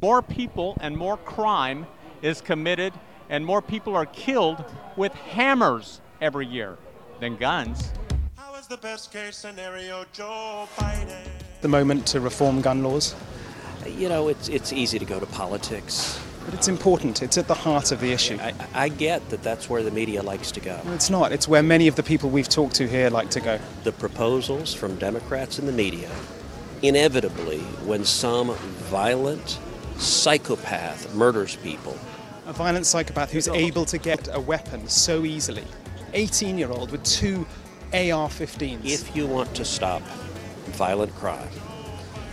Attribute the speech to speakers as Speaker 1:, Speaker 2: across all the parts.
Speaker 1: more people and more crime is committed and more people are killed with hammers every year than guns.
Speaker 2: How is the best case scenario, Joe Biden?
Speaker 3: The moment to reform gun laws,
Speaker 4: You know, it's, it's easy to go to politics.
Speaker 3: but it's important. It's at the heart of the issue.
Speaker 4: I, I get that that's where the media likes to go.
Speaker 3: It's not. It's where many of the people we've talked to here like to go.
Speaker 4: The proposals from Democrats and the media, inevitably, when some violent psychopath murders people,
Speaker 3: A violent psychopath who's able to get a weapon so easily. 18 year old with two AR 15s.
Speaker 4: if you want to stop violent crime,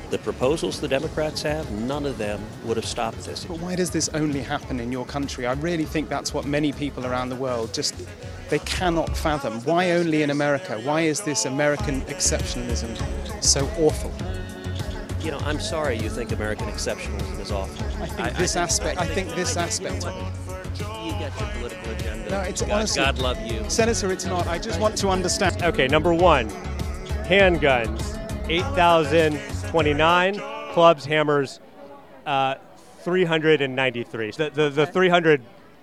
Speaker 4: the proposals the Democrats have, none of them would have stopped this.
Speaker 3: But why does this only happen in your country? I really think that's what many people around the world just they cannot fathom. Why only in America? Why is this American exceptionalism so awful?
Speaker 4: You know, I'm sorry you think American exceptionalism is awful.
Speaker 3: I think this aspect. I think this aspect.
Speaker 4: You got your political agenda.
Speaker 3: No, it's
Speaker 4: God,
Speaker 3: honestly-
Speaker 4: God love you.
Speaker 3: Senator, it's not. I just want to understand.
Speaker 5: Okay, number one, handguns, 8,029. Clubs, hammers, uh, 393. The, the, the 300,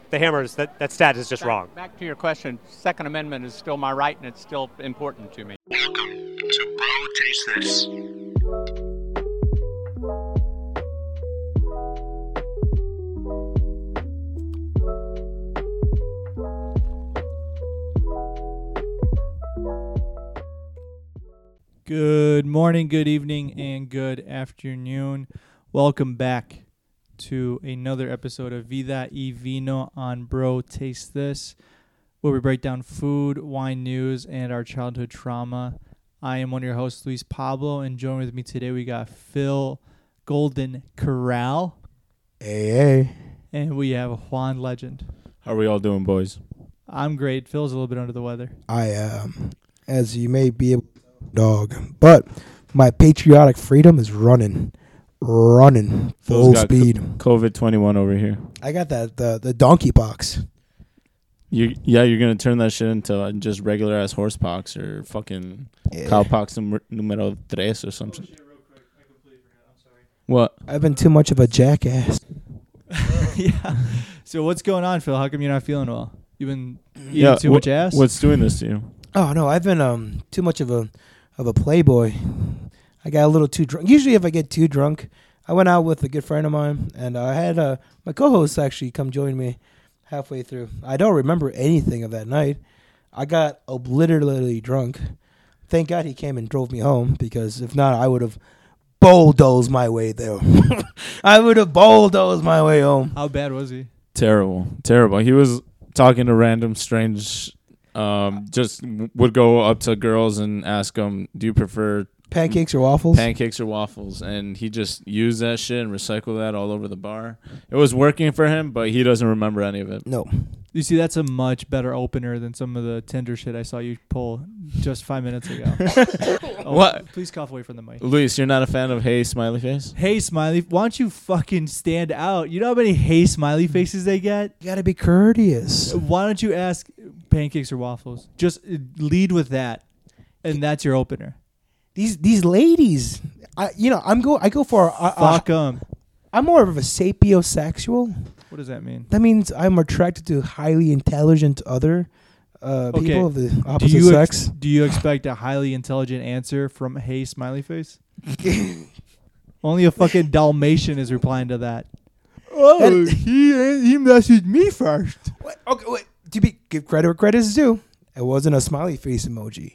Speaker 5: the hammers, that, that stat is just wrong.
Speaker 1: Back to your question, Second Amendment is still my right and it's still important to me.
Speaker 6: Welcome to Bro Taste This.
Speaker 7: Good morning, good evening, and good afternoon. Welcome back to another episode of Vida y Vino on Bro Taste This, where we break down food, wine news, and our childhood trauma. I am one of your hosts, Luis Pablo, and joined with me today we got Phil Golden Corral,
Speaker 8: Hey, hey.
Speaker 7: and we have Juan Legend.
Speaker 9: How are we all doing, boys?
Speaker 7: I'm great. Phil's a little bit under the weather.
Speaker 8: I um, as you may be, able dog, but my patriotic freedom is running, running
Speaker 9: Phil's
Speaker 8: full
Speaker 9: got
Speaker 8: speed.
Speaker 9: COVID twenty one over here.
Speaker 8: I got that the the donkey box.
Speaker 9: You yeah, you're gonna turn that shit into uh, just regular ass horsepox or fucking
Speaker 8: Yeah.
Speaker 9: cowpox num- numero tres or
Speaker 7: Oh,
Speaker 9: something. What?
Speaker 8: I've been too much of a jackass.
Speaker 7: yeah. So what's going on, Phil? How come you're not feeling well? You've been eating too
Speaker 9: wha-
Speaker 7: much ass.
Speaker 9: What's doing this to you?
Speaker 8: Oh no, I've been um too much of a of a playboy. I got a little too drunk. Usually, if I get too drunk, I went out with a good friend of mine, and I had uh, my co-host actually come join me halfway through. I don't remember anything of that night. I got obliterally drunk. Thank God he came and drove me home because if not, I would have bulldozed my way there. I would have bulldozed my way home.
Speaker 7: How bad was he?
Speaker 9: Terrible, terrible. He was talking to random strange. Um, just w- would go up to girls and ask them, "Do you prefer
Speaker 8: Pancakes or waffles?
Speaker 9: pancakes or waffles?" And he just used that shit and recycled that all over the bar. It was working for him, but he doesn't remember any of it.
Speaker 8: no.
Speaker 7: You see, that's a much better opener than some of the Tinder shit I saw you pull just five minutes ago. Oh,
Speaker 9: What?
Speaker 7: Please cough away from the mic.
Speaker 9: Luis, you're not a fan of Hey Smiley Face?
Speaker 7: Hey, smiley, why don't you fucking stand out? You know how many hey
Speaker 8: Hmm.
Speaker 7: smiley faces they get?
Speaker 8: You gotta be courteous.
Speaker 7: Why don't you ask pancakes or waffles? Just uh, lead with that, and that's your opener.
Speaker 8: these these ladies. I you know I'm go I go for a, a,
Speaker 7: Fuck 'em.
Speaker 8: I'm more of a sapiosexual.
Speaker 7: What does that mean?
Speaker 8: That means I'm attracted to highly intelligent other uh,
Speaker 7: Okay.
Speaker 8: people of the opposite
Speaker 7: do you ex-
Speaker 8: sex.
Speaker 7: do you expect a highly intelligent answer from hey smiley face? Only a fucking Dalmatian is replying to that.
Speaker 8: Oh,
Speaker 7: he he messaged me first.
Speaker 8: Wait, okay, wait. To be give credit where credit is due, it wasn't a smiley face emoji.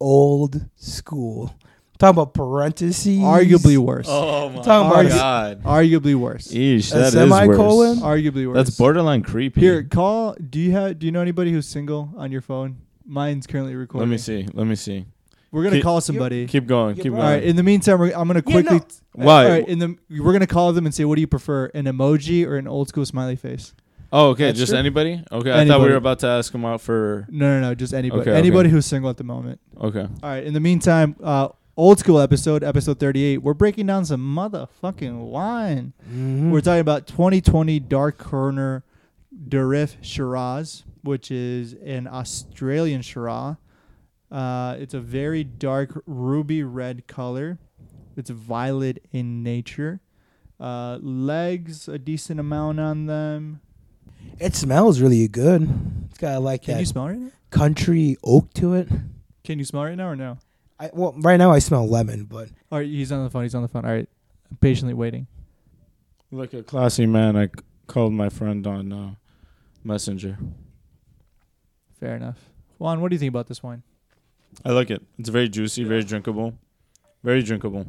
Speaker 8: Old school. Talking about parentheses.
Speaker 7: Arguably worse.
Speaker 9: Oh my
Speaker 8: Talking about a-
Speaker 9: god.
Speaker 7: Arguably worse.
Speaker 9: Eesh,
Speaker 8: A
Speaker 9: that is
Speaker 8: semicolon?
Speaker 9: worse.
Speaker 7: Arguably worse.
Speaker 9: That's borderline creepy.
Speaker 7: Here, call. Do you have? Do you know anybody who's single on your phone? Mine's currently
Speaker 9: Let
Speaker 7: recording.
Speaker 9: me see. Let me see.
Speaker 7: We're gonna
Speaker 9: Keep-
Speaker 7: call somebody.
Speaker 9: Keep going.
Speaker 8: Your
Speaker 9: Keep
Speaker 8: bro-
Speaker 7: All
Speaker 9: going.
Speaker 7: right. In the meantime, we're, I'm gonna
Speaker 8: Yeah,
Speaker 7: quickly.
Speaker 8: no.
Speaker 9: Why?
Speaker 7: All right. In the we're gonna call them and say, what do you prefer, an emoji or an old school smiley face?
Speaker 9: oh, okay.
Speaker 8: That's
Speaker 9: Just
Speaker 8: true.
Speaker 9: anybody? Okay. I thought we
Speaker 7: Anybody.
Speaker 9: were about to ask him out for.
Speaker 7: No, no, no. Just anybody.
Speaker 9: Okay, okay.
Speaker 7: anybody who's single at the moment.
Speaker 9: Okay.
Speaker 7: All right. In the meantime, uh, old school episode, episode 38. We're breaking down some motherfucking wine. We're talking about 2020 Dark Corner Derif Shiraz, which is an Australian Shiraz. Uh, it's a very dark ruby red color. It's violet in nature. Uh, legs, a decent amount on them.
Speaker 8: It smells really good. It's got like
Speaker 7: Can
Speaker 8: that
Speaker 7: you smell right now?
Speaker 8: country oak to it.
Speaker 7: Can you smell right now or no?
Speaker 8: I, well, right now I smell lemon, but
Speaker 7: All right, he's on the phone. He's on the phone. All right, I'm patiently waiting.
Speaker 9: Like a classy man, I c- called my friend on uh, Messenger.
Speaker 7: Fair enough. Juan, what do you think about this wine?
Speaker 9: I like it. It's very juicy, very drinkable, very drinkable,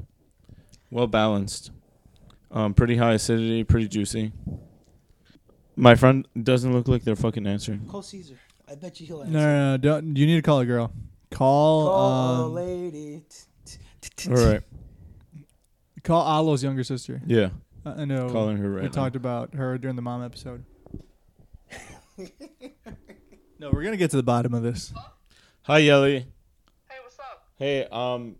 Speaker 9: well balanced, um, pretty high acidity, pretty juicy. My friend doesn't look like they're fucking answering.
Speaker 8: Call Caesar. I bet you he'll
Speaker 7: No, no, no. Don't, you need to call a girl. Call um,
Speaker 8: lady.
Speaker 9: All right.
Speaker 7: call Alo's younger sister.
Speaker 9: Yeah.
Speaker 7: I I know.
Speaker 9: Calling her right
Speaker 7: we
Speaker 9: now.
Speaker 7: talked about her during the mom episode. no, we're gonna get to the bottom of this.
Speaker 9: Hi, Yelly.
Speaker 10: Hey, what's up?
Speaker 9: Hey, um,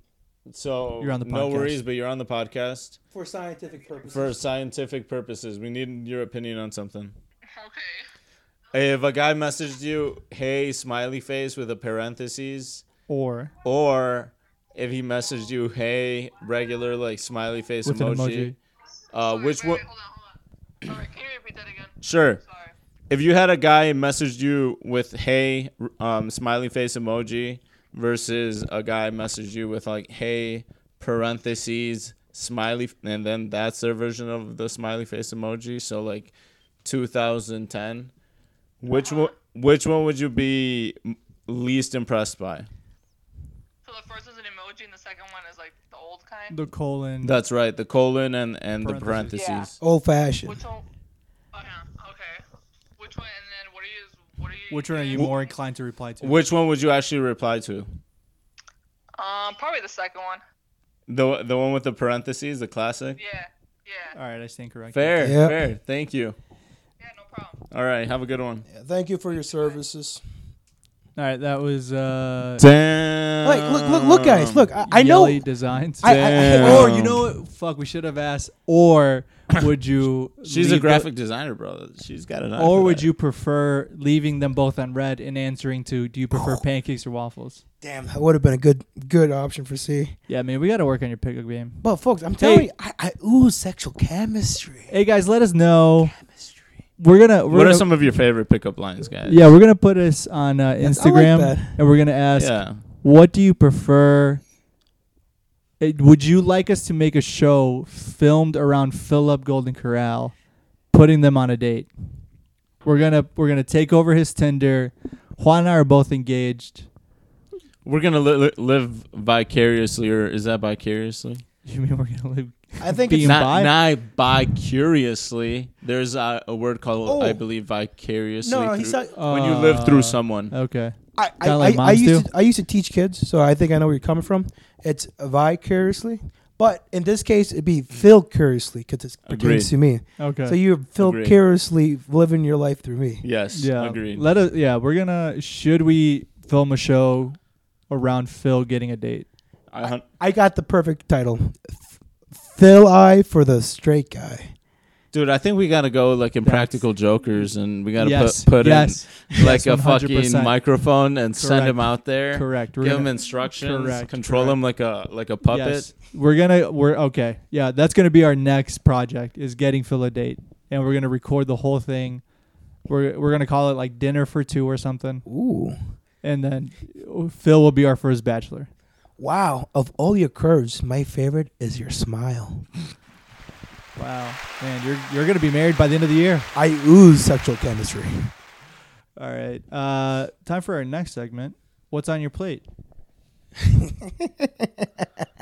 Speaker 9: so
Speaker 7: You're on the
Speaker 9: no
Speaker 7: podcast.
Speaker 9: worries, but you're on the podcast
Speaker 8: For scientific purposes.
Speaker 9: for scientific purposes. We need your opinion on something.
Speaker 10: Okay.
Speaker 9: If a guy messaged you, "Hey, smiley face" with a parentheses,
Speaker 7: Or
Speaker 9: or if he messaged you, "Hey, regular like smiley face
Speaker 7: With an
Speaker 9: emoji,", Uh,
Speaker 10: Sorry,
Speaker 9: which
Speaker 10: wait,
Speaker 9: one?
Speaker 10: wait, hold on, hold on. All right, can you repeat that again?
Speaker 9: Sure.
Speaker 10: Sorry.
Speaker 9: If you had a guy message you with "Hey, r- um, smiley face emoji" versus a guy messaged you with like "Hey, parentheses smiley," f- and then that's their version of the smiley face emoji. So like 2010, which one? Which one would you be m- least impressed by?
Speaker 10: So the first is an emoji, and the second one is like the old kind.
Speaker 7: the colon.
Speaker 9: That's right. The colon and and the
Speaker 7: Parentheses.
Speaker 9: parentheses.
Speaker 10: Yeah.
Speaker 8: Old fashioned.
Speaker 10: Which one? Oh yeah. Okay. Which one? And then what are you? What are you?
Speaker 7: which one are you
Speaker 10: using?
Speaker 7: more inclined to reply to?
Speaker 9: Which one would you actually reply to?
Speaker 10: Um, probably the second one.
Speaker 9: The the one with the parentheses, the classic.
Speaker 10: Yeah. Yeah.
Speaker 7: All right, I stand corrected.
Speaker 9: Fair,
Speaker 8: Yeah.
Speaker 9: fair. Thank you.
Speaker 10: Yeah. No problem.
Speaker 9: All right, have a good one.
Speaker 8: Thank you for your services.
Speaker 7: All right, that was uh,
Speaker 9: Damn.
Speaker 8: Like, look, look, look, guys, look. I, I know.
Speaker 7: Yelly Designs.
Speaker 8: I- I-
Speaker 9: Damn.
Speaker 7: or you know, what? fuck, we should have asked. Or would you?
Speaker 9: She's
Speaker 7: leave
Speaker 9: a
Speaker 7: the-
Speaker 9: graphic designer, bro. She's got an. eye
Speaker 7: or
Speaker 9: for
Speaker 7: would
Speaker 9: that.
Speaker 7: you prefer leaving them both on red and answering to do you prefer pancakes or waffles?
Speaker 8: Damn, that would have been a good, good option for C.
Speaker 7: Yeah, man, we got to work on your pickup game.
Speaker 8: But folks, I'm telling you, I, I ooh, sexual chemistry.
Speaker 7: Hey guys, let us know.
Speaker 8: Chemistry.
Speaker 7: We're gonna. We're
Speaker 9: What
Speaker 7: gonna,
Speaker 9: are some of your favorite pickup lines, guys?
Speaker 7: Yeah, we're gonna put us on uh,
Speaker 8: I like
Speaker 7: Instagram,
Speaker 8: that.
Speaker 7: and we're gonna ask,
Speaker 9: Yeah.
Speaker 7: what do you prefer? Eh, Would you like us to make a show filmed around Philip Golden Corral, putting them on a date? We're gonna we're gonna take over his Tinder. Juan and I are both engaged.
Speaker 9: We're gonna li- li- live vicariously, or is that vicariously?
Speaker 7: You mean we're gonna live?
Speaker 8: I think
Speaker 7: Being
Speaker 8: it's
Speaker 9: Not,
Speaker 7: bi-
Speaker 9: not vicariously. There's a, a word called,
Speaker 8: Oh.
Speaker 9: I believe, vicariously.
Speaker 8: no, no. He's
Speaker 9: through-
Speaker 8: not,
Speaker 9: when you live
Speaker 7: Uh,
Speaker 9: through someone.
Speaker 7: Okay.
Speaker 8: I, I,
Speaker 7: Kinda like
Speaker 8: I, I
Speaker 7: moms
Speaker 8: used
Speaker 7: do.
Speaker 8: to, I used to teach kids, so I think I know where you're coming from. It's vicariously, but in this case, it'd be vicariously because it pertains
Speaker 9: Agreed.
Speaker 8: to me.
Speaker 7: Okay.
Speaker 8: So you're vicariously living your life through me.
Speaker 9: Yes,
Speaker 7: yeah.
Speaker 9: agreed.
Speaker 7: Let us. Yeah, we're gonna. Should we film a show around Phil getting a date?
Speaker 9: I hun-
Speaker 8: I got the perfect title. F- Phil I for the straight guy.
Speaker 9: Dude, I think we gotta go like
Speaker 7: That's-
Speaker 9: impractical jokers, and we gotta
Speaker 7: yes.
Speaker 9: put put
Speaker 7: yes.
Speaker 9: in like
Speaker 7: Yes,
Speaker 9: a fucking
Speaker 7: 100%.
Speaker 9: microphone and send
Speaker 7: Correct.
Speaker 9: him out there.
Speaker 7: Correct. We're
Speaker 9: Give
Speaker 7: gonna,
Speaker 9: him instructions.
Speaker 7: Correct,
Speaker 9: Control
Speaker 7: correct.
Speaker 9: him like a like a puppet.
Speaker 7: Yes. We're gonna. We're okay. Yeah, that's gonna be our next project is getting Phil a date, and we're gonna record the whole thing. We're we're gonna call it like dinner for two or something,
Speaker 8: Ooh.
Speaker 7: and then Phil will be our first bachelor.
Speaker 8: Wow. Of all your curves, my favorite is your smile.
Speaker 7: Wow, man, you're you're gonna be married by the end of the year.
Speaker 8: I ooze sexual chemistry.
Speaker 7: All right. Uh, time for our next segment. What's on your plate?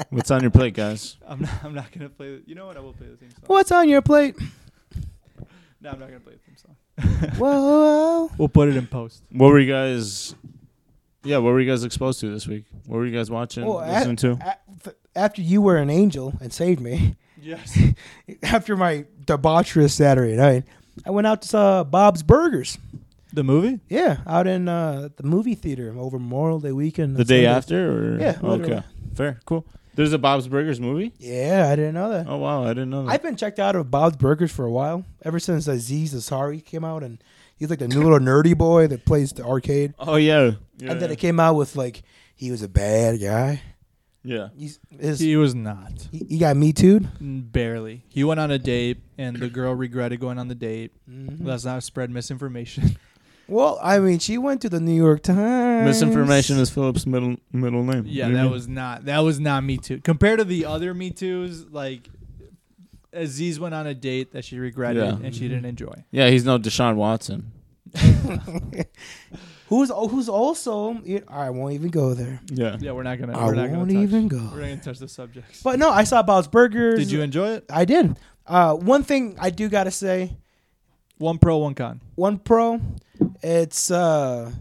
Speaker 9: What's on your plate, guys?
Speaker 7: I'm not. I'm not gonna play. The, you know what? I will play the theme song.
Speaker 8: What's on your plate?
Speaker 7: No, I'm not gonna play the theme song.
Speaker 8: Whoa.
Speaker 7: We'll put it in post.
Speaker 9: What were you guys? Yeah, what were you guys exposed to this week? What were you guys watching,
Speaker 8: Well, a-
Speaker 9: listening to?
Speaker 8: a- f- after you were an angel and saved me,
Speaker 7: Yes.
Speaker 8: after my debaucherous Saturday night, I went out to saw Bob's Burgers.
Speaker 7: The movie?
Speaker 8: Yeah, out in uh, the movie theater over Memorial Day weekend.
Speaker 9: the day
Speaker 8: Sunday.
Speaker 9: after, or
Speaker 8: Yeah, literally.
Speaker 9: okay, fair, cool. There's a Bob's Burgers movie.
Speaker 8: Yeah, I didn't know that.
Speaker 9: Oh wow, I didn't know that.
Speaker 8: I've been checked out of Bob's Burgers for a while, ever since Aziz Ansari came out, and he's like the new little nerdy boy that plays the arcade.
Speaker 9: oh yeah, yeah,
Speaker 8: and then
Speaker 9: yeah.
Speaker 8: it came out with like he was a bad guy.
Speaker 9: Yeah.
Speaker 8: His-
Speaker 7: he was not.
Speaker 8: He, he got me too.
Speaker 7: Barely. He went on a date, and the girl regretted going on the date. Let's not spread misinformation.
Speaker 8: Well, I mean, she went to the New York Times.
Speaker 9: Misinformation is Philip's middle middle name.
Speaker 7: yeah,
Speaker 9: You know?
Speaker 7: that was not that was not Me Too. Compared to the other Me Too's, like Aziz went on a date that she regretted
Speaker 9: Yeah.
Speaker 7: and she didn't enjoy.
Speaker 9: Yeah, he's no Deshaun Watson.
Speaker 8: Who's oh, who's also? I won't even go there.
Speaker 9: Yeah.
Speaker 7: Yeah, we're not gonna.
Speaker 8: I
Speaker 7: we're not
Speaker 8: won't
Speaker 7: gonna touch,
Speaker 8: even go.
Speaker 7: We're not gonna touch the subjects.
Speaker 8: But no, I saw Bob's Burgers.
Speaker 7: Did you enjoy it?
Speaker 8: I did. Uh, one thing I do gotta say,
Speaker 7: One pro, one con.
Speaker 8: one pro, it's uh,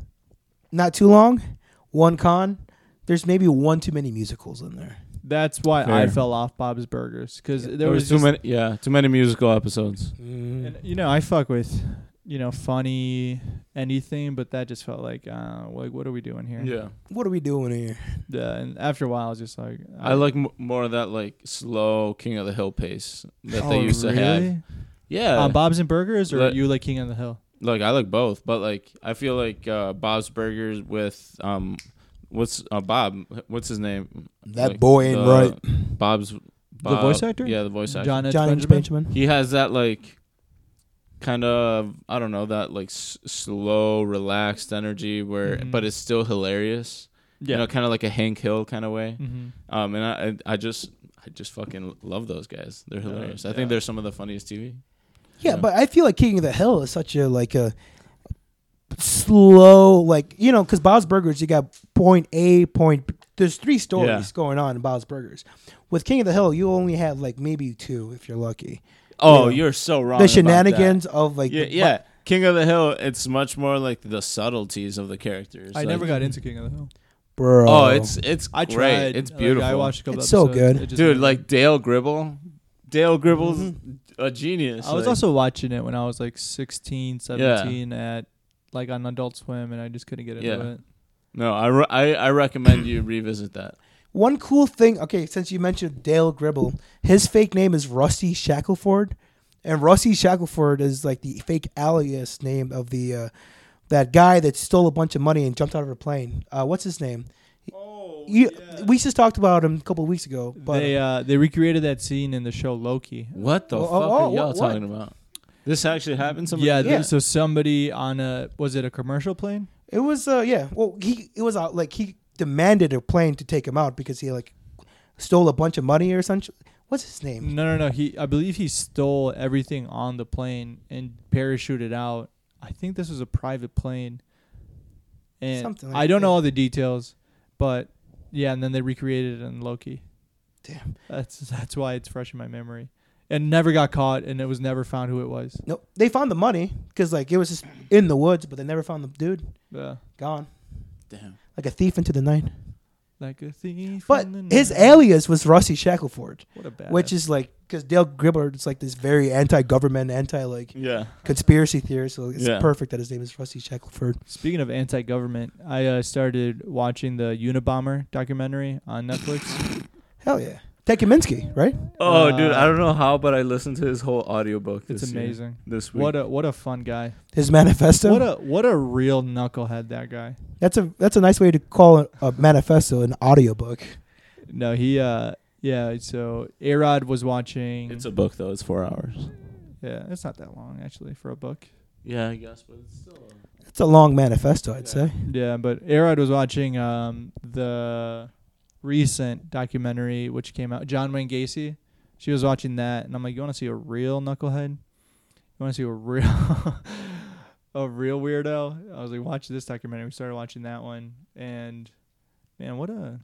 Speaker 8: not too long. One con, there's maybe one too many musicals in there.
Speaker 7: That's why I
Speaker 9: Fair.
Speaker 7: fell off Bob's Burgers because there,
Speaker 9: There
Speaker 7: was,
Speaker 9: was too
Speaker 7: just-
Speaker 9: many. Yeah, too many musical episodes.
Speaker 7: And, you know, I fuck with, you know, funny anything, but that just felt like, uh, like what are we doing here?
Speaker 8: What are we doing here?
Speaker 7: Yeah, and after a while, I was just like,
Speaker 9: I like m- more of that like slow King of the Hill pace that they
Speaker 7: Oh,
Speaker 9: used to have.
Speaker 7: really?
Speaker 9: Yeah,
Speaker 7: Uh, Bob's and Burgers, or
Speaker 9: Let-
Speaker 7: you like King on the Hill?
Speaker 9: like I like both, but like I feel like uh, Bob's Burgers with um, what's uh, Bob? What's his name?
Speaker 8: That boy ain't right.
Speaker 9: Bob's Bob,
Speaker 7: voice actor?
Speaker 9: Yeah, the voice actor.
Speaker 7: John H.
Speaker 8: John H.
Speaker 7: Benjamin.
Speaker 8: Benjamin.
Speaker 9: He has that like kind of I don't know that like s- slow, relaxed energy where, but it's still hilarious.
Speaker 7: Mm-hmm. Yeah.
Speaker 9: You know, kind of like a Hank Hill kind of way.
Speaker 7: Mhm.
Speaker 9: Um, and I, I I just I just fucking love those guys. They're hilarious. I think they're some of the funniest TV.
Speaker 8: Yeah, but I feel like King of the Hill is such a like a slow like you know because Bob's Burgers you got point A point. There's three stories
Speaker 9: Yeah.
Speaker 8: going on in Bob's Burgers. With King of the Hill, you only have like maybe two if you're lucky.
Speaker 9: Oh,
Speaker 8: Yeah.
Speaker 9: you're so wrong.
Speaker 8: the
Speaker 9: about that.
Speaker 8: shenanigans of like
Speaker 9: Yeah,
Speaker 8: the-
Speaker 9: yeah. King of the Hill. It's much more like the subtleties of the characters.
Speaker 7: I
Speaker 9: Like-
Speaker 7: never got into King of the Hill.
Speaker 8: bro.
Speaker 9: Oh, it's it's
Speaker 7: I
Speaker 9: great.
Speaker 7: tried.
Speaker 9: It's
Speaker 7: Like,
Speaker 9: beautiful.
Speaker 7: I watched a couple
Speaker 8: It's so
Speaker 7: episodes.
Speaker 8: good.
Speaker 7: It just
Speaker 9: dude.
Speaker 7: never-
Speaker 9: Like Dale Gribble. Dale Gribble's a genius.
Speaker 7: Mm-hmm. I was
Speaker 9: like-
Speaker 7: also watching it when I was like 16, 17 at like on Adult Swim, and I just couldn't get into
Speaker 9: Yeah.
Speaker 7: it.
Speaker 9: no. I, re- I I recommend you revisit that.
Speaker 8: one cool thing. Okay, since you mentioned Dale Gribble, his fake name is Rusty Shackleford, and Rusty Shackleford is like the fake alias name of the uh, that guy that stole a bunch of money and jumped out of a plane. Uh, what's his name? Oh, we just talked about him a couple of weeks ago. But
Speaker 7: they uh, they recreated that scene in the show Loki.
Speaker 9: What the
Speaker 8: Oh, oh,
Speaker 9: fuck
Speaker 8: oh,
Speaker 9: are y'all
Speaker 8: what- what?
Speaker 9: talking about? This actually happened. Somebody
Speaker 7: Yeah, th-
Speaker 8: Yeah.
Speaker 7: so somebody on a was it a commercial plane?
Speaker 8: it was uh, yeah. Well, he it was uh, like he demanded a plane to take him out because he like stole a bunch of money or something. What's his name?
Speaker 7: No, no, no. He I believe he stole everything on the plane and parachuted out. I think this was a private plane. And
Speaker 8: Something like
Speaker 7: I don't
Speaker 8: that.
Speaker 7: know all the details, but yeah, and then they recreated it in Loki.
Speaker 8: Damn.
Speaker 7: That's that's why it's fresh in my memory. And never got caught and it was never found who it was.
Speaker 8: Nope. They found the money because like it was just in the woods, but they never found the dude.
Speaker 7: Yeah.
Speaker 8: Gone.
Speaker 9: Damn.
Speaker 8: Like a thief into the night.
Speaker 7: Like a thief.
Speaker 8: But
Speaker 7: in the
Speaker 8: his
Speaker 7: night.
Speaker 8: alias was Rusty Shackleford,
Speaker 7: What a bad
Speaker 8: which is like because Dale Gribble is like this very anti-government, anti-like
Speaker 9: Yeah.
Speaker 8: conspiracy theorist. So it's
Speaker 9: Yeah.
Speaker 8: perfect that his name is Rusty Shackleford.
Speaker 7: Speaking of anti-government, I uh, started watching the Unabomber documentary on Netflix.
Speaker 8: Hell yeah, Ted Kaminsky, right?
Speaker 9: Oh, dude,
Speaker 7: Uh,
Speaker 9: I don't know how, but I listened to his whole audiobook. This
Speaker 7: It's
Speaker 9: year-
Speaker 7: amazing.
Speaker 9: this week.
Speaker 7: What a what a fun guy.
Speaker 8: His manifesto.
Speaker 7: What a what a real knucklehead that guy.
Speaker 8: that's a that's a nice way to call it a manifesto an audiobook.
Speaker 7: No, he uh yeah, so Arod was watching
Speaker 9: It's a book though. It's four hours.
Speaker 7: Yeah, it's not that long actually for a book.
Speaker 9: Yeah, I guess, but it's still.
Speaker 8: It's a long manifesto, I'd say.
Speaker 7: Yeah, but Arod was watching um the recent documentary which came out John Wayne Gacy. She was watching that and I'm like, You wanna see a real knucklehead? You wanna see a real a real weirdo? I was like, Watch this documentary. We started watching that one and man, what a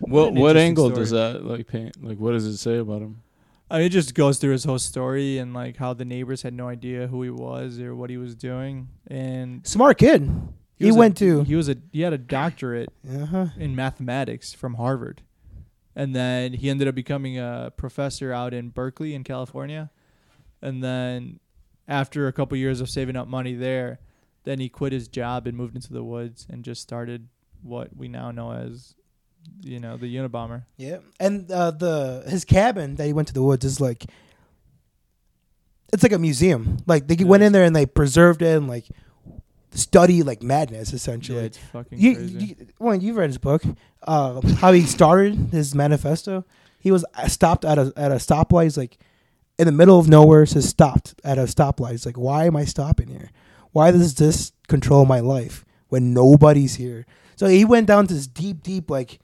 Speaker 9: What
Speaker 7: an
Speaker 9: what
Speaker 7: interesting
Speaker 9: angle
Speaker 7: story.
Speaker 9: does that like paint? Like, what does it say about him?
Speaker 7: I mean, it just goes through his whole story and like how the neighbors had no idea who he was or what he was doing, and
Speaker 8: Smart kid. He,
Speaker 7: was a-
Speaker 8: went to.
Speaker 7: he was a he had a doctorate
Speaker 8: uh-huh.
Speaker 7: in mathematics from Harvard, and then he ended up becoming a professor out in Berkeley in California, and then after a couple years of saving up money there, then he quit his job and moved into the woods and just started what we now know as, you know, the Unabomber.
Speaker 8: Yeah, and uh, the his cabin that he went to the woods is like it's like a museum. Like they went in there and they preserved it and like study like madness, essentially.
Speaker 11: it's fucking
Speaker 8: you,
Speaker 11: crazy.
Speaker 8: You, well, you've read his book, uh, how he started his manifesto. He was uh, stopped at a at a stoplight. He's like, in the middle of nowhere, says stopped at a stoplight. He's like, why am I stopping here? Why does this control my life when nobody's here? So he went down to this deep, deep like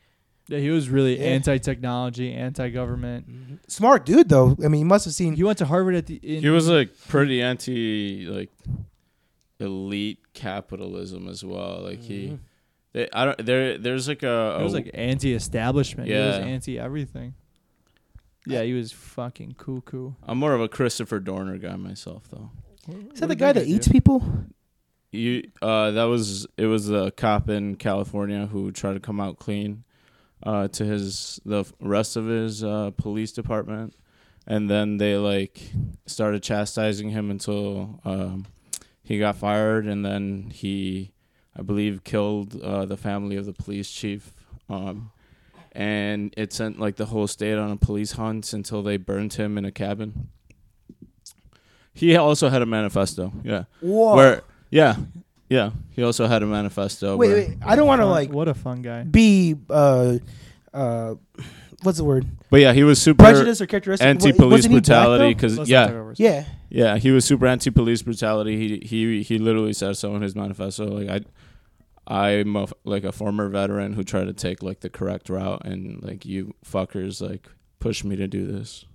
Speaker 11: Yeah, he was really
Speaker 8: Yeah. Mm-hmm.
Speaker 11: anti-technology, anti-government.
Speaker 8: smart dude though. I mean, he must have seen.
Speaker 11: He went to Harvard at the. In,
Speaker 9: He was like pretty anti like elite capitalism as well. Like he, they, I don't there. There's like a,
Speaker 11: He was
Speaker 9: a-
Speaker 11: like anti-establishment. He was
Speaker 9: Yeah.
Speaker 11: anti everything. Yeah, he was fucking cuckoo.
Speaker 9: I'm more of a Christopher Dorner guy myself though.
Speaker 8: Is that the guy that eats people?
Speaker 9: You uh that was it was a cop in California who tried to come out clean uh to his the rest of his uh police department and then they like started chastising him until um he got fired and then he I believe killed uh the family of the police chief um and it sent like the whole state on a police hunt until they burned him in a cabin. He also had a manifesto. Yeah.
Speaker 8: Whoa.
Speaker 9: Where yeah. Yeah. He also had a manifesto.
Speaker 8: wait,
Speaker 9: where-
Speaker 8: wait. I don't want to
Speaker 11: Fun-
Speaker 8: like
Speaker 11: what a fun guy.
Speaker 8: be uh, uh, what's the word?
Speaker 9: But yeah, he was super
Speaker 8: Prejudice or characteristic? Wa-
Speaker 9: anti-police
Speaker 8: wasn't he black,
Speaker 9: brutality
Speaker 8: though?
Speaker 9: cuz
Speaker 11: Let's not talk
Speaker 9: yeah.
Speaker 11: over-
Speaker 8: Yeah.
Speaker 9: Yeah, he was super anti-police brutality. He he he literally said so in his manifesto like I I'm a, like a former veteran who tried to take like the correct route and like you fuckers like push me to do this.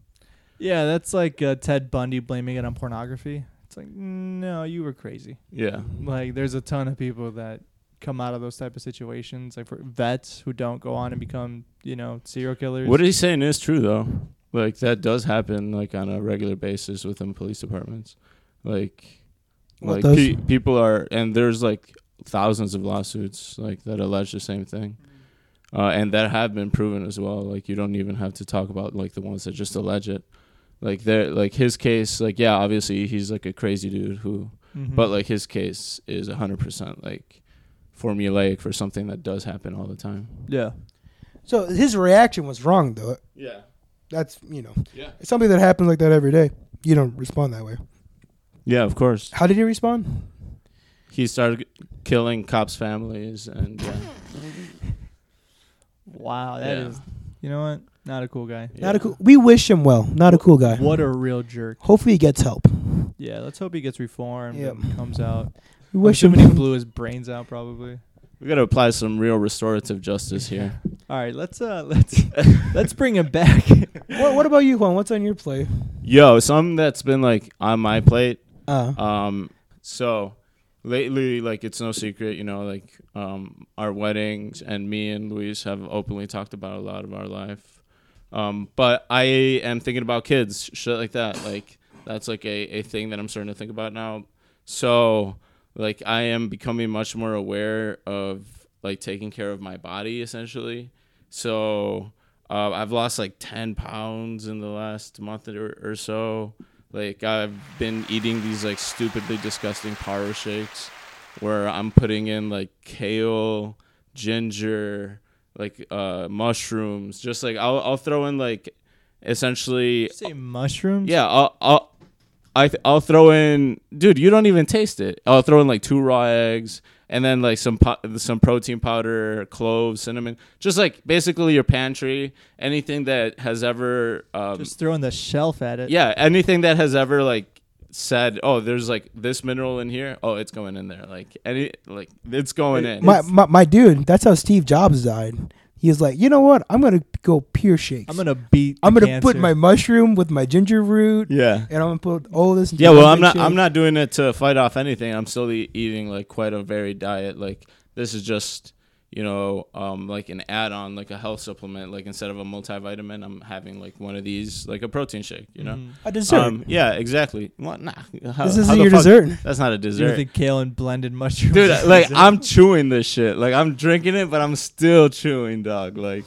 Speaker 11: Yeah, that's like uh, Ted Bundy blaming it on pornography. It's like, no, you were crazy.
Speaker 9: Yeah.
Speaker 11: Like, there's a ton of people that come out of those type of situations, like for vets who don't go on and become, you know, serial killers.
Speaker 9: What he's saying is true though. Like that does happen like on a regular basis within police departments. Like
Speaker 8: What
Speaker 9: like
Speaker 8: does?
Speaker 9: pe- people are and there's like thousands of lawsuits like that allege the same thing. Uh, and that have been proven as well. Like you don't even have to talk about like the ones that just allege it. Like there like his case like yeah, obviously he's like a crazy dude who
Speaker 11: Mhm.
Speaker 9: but like his case is 100% like formulaic for something that does happen all the time.
Speaker 11: yeah,
Speaker 8: So his reaction was wrong, though.
Speaker 9: Yeah.
Speaker 8: That's you know,
Speaker 9: Yeah.
Speaker 8: it's something that happens like that every day. You don't respond that way.
Speaker 9: Yeah, of course.
Speaker 8: How did he respond?
Speaker 9: he started killing cops' families, and yeah,
Speaker 11: wow, that is.
Speaker 9: Yeah.
Speaker 11: you know what? Not a cool guy.
Speaker 8: Not a cool. We wish him well. Not a cool guy.
Speaker 11: What a real jerk.
Speaker 8: Hopefully he gets help.
Speaker 11: Yeah, let's hope he gets reformed
Speaker 8: Yep.
Speaker 11: and comes out.
Speaker 8: We
Speaker 11: Wish
Speaker 8: wish
Speaker 11: him
Speaker 8: him.
Speaker 11: he blew his brains out probably.
Speaker 9: we got to apply some real restorative justice here.
Speaker 11: All right, let's uh let's let's bring him back.
Speaker 8: what, what about you, Juan? What's on your play?
Speaker 9: Yo, something that's been like on my plate.
Speaker 8: Uh,
Speaker 9: Um, so lately, like it's no secret, you know, like um, our weddings and me and Luis have openly talked about a lot of our life. Um, but I am thinking about kids, shit like that. Like that's like a, a thing that I'm starting to think about now. So like I am becoming much more aware of like taking care of my body essentially. So uh, I've lost like 10 pounds in the last month or, or so. Like I've been eating these like stupidly disgusting power shakes where I'm putting in like kale, ginger, like uh, mushrooms. Just like I'll, I'll throw in like essentially
Speaker 11: Say mushrooms?
Speaker 9: yeah, I'll, I'll, I th- I'll throw in, dude. You don't even taste it. I'll throw in like two raw eggs, and then like some po- some protein powder, cloves, cinnamon. Just like basically your pantry, anything that has ever, um,
Speaker 11: Just throwing the shelf at it.
Speaker 9: yeah, anything that has ever like said, oh, there's like this mineral in here. Oh, it's going in there. Like any, like it's going in.
Speaker 8: my, my my dude. That's how Steve Jobs died. He was like, you know what? I'm gonna go pure shakes.
Speaker 11: I'm gonna beat.
Speaker 8: I'm
Speaker 11: the
Speaker 8: gonna put
Speaker 11: cancer.
Speaker 8: my mushroom with my ginger root.
Speaker 9: yeah.
Speaker 8: And I'm gonna put all this. into
Speaker 9: Yeah, well,
Speaker 8: one
Speaker 9: I'm
Speaker 8: big
Speaker 9: not.
Speaker 8: shake.
Speaker 9: I'm not doing it to fight off anything. I'm still e- eating like quite a varied diet. Like this is just, you know, um, like an add-on, like a health supplement. Like instead of a multivitamin, I'm having like one of these, like a protein shake. You know.
Speaker 8: a Mm-hmm. dessert.
Speaker 9: Um, yeah, exactly. Well, nah. How-
Speaker 8: This isn't
Speaker 9: how the
Speaker 8: your
Speaker 9: fuck-
Speaker 8: dessert.
Speaker 9: That's not a
Speaker 11: You don't
Speaker 9: dessert.
Speaker 11: think kale and blended mushrooms?
Speaker 9: Dude,
Speaker 11: is
Speaker 9: like
Speaker 11: dessert?
Speaker 9: I'm chewing this shit. Like I'm drinking it, but I'm still chewing, dog. Like,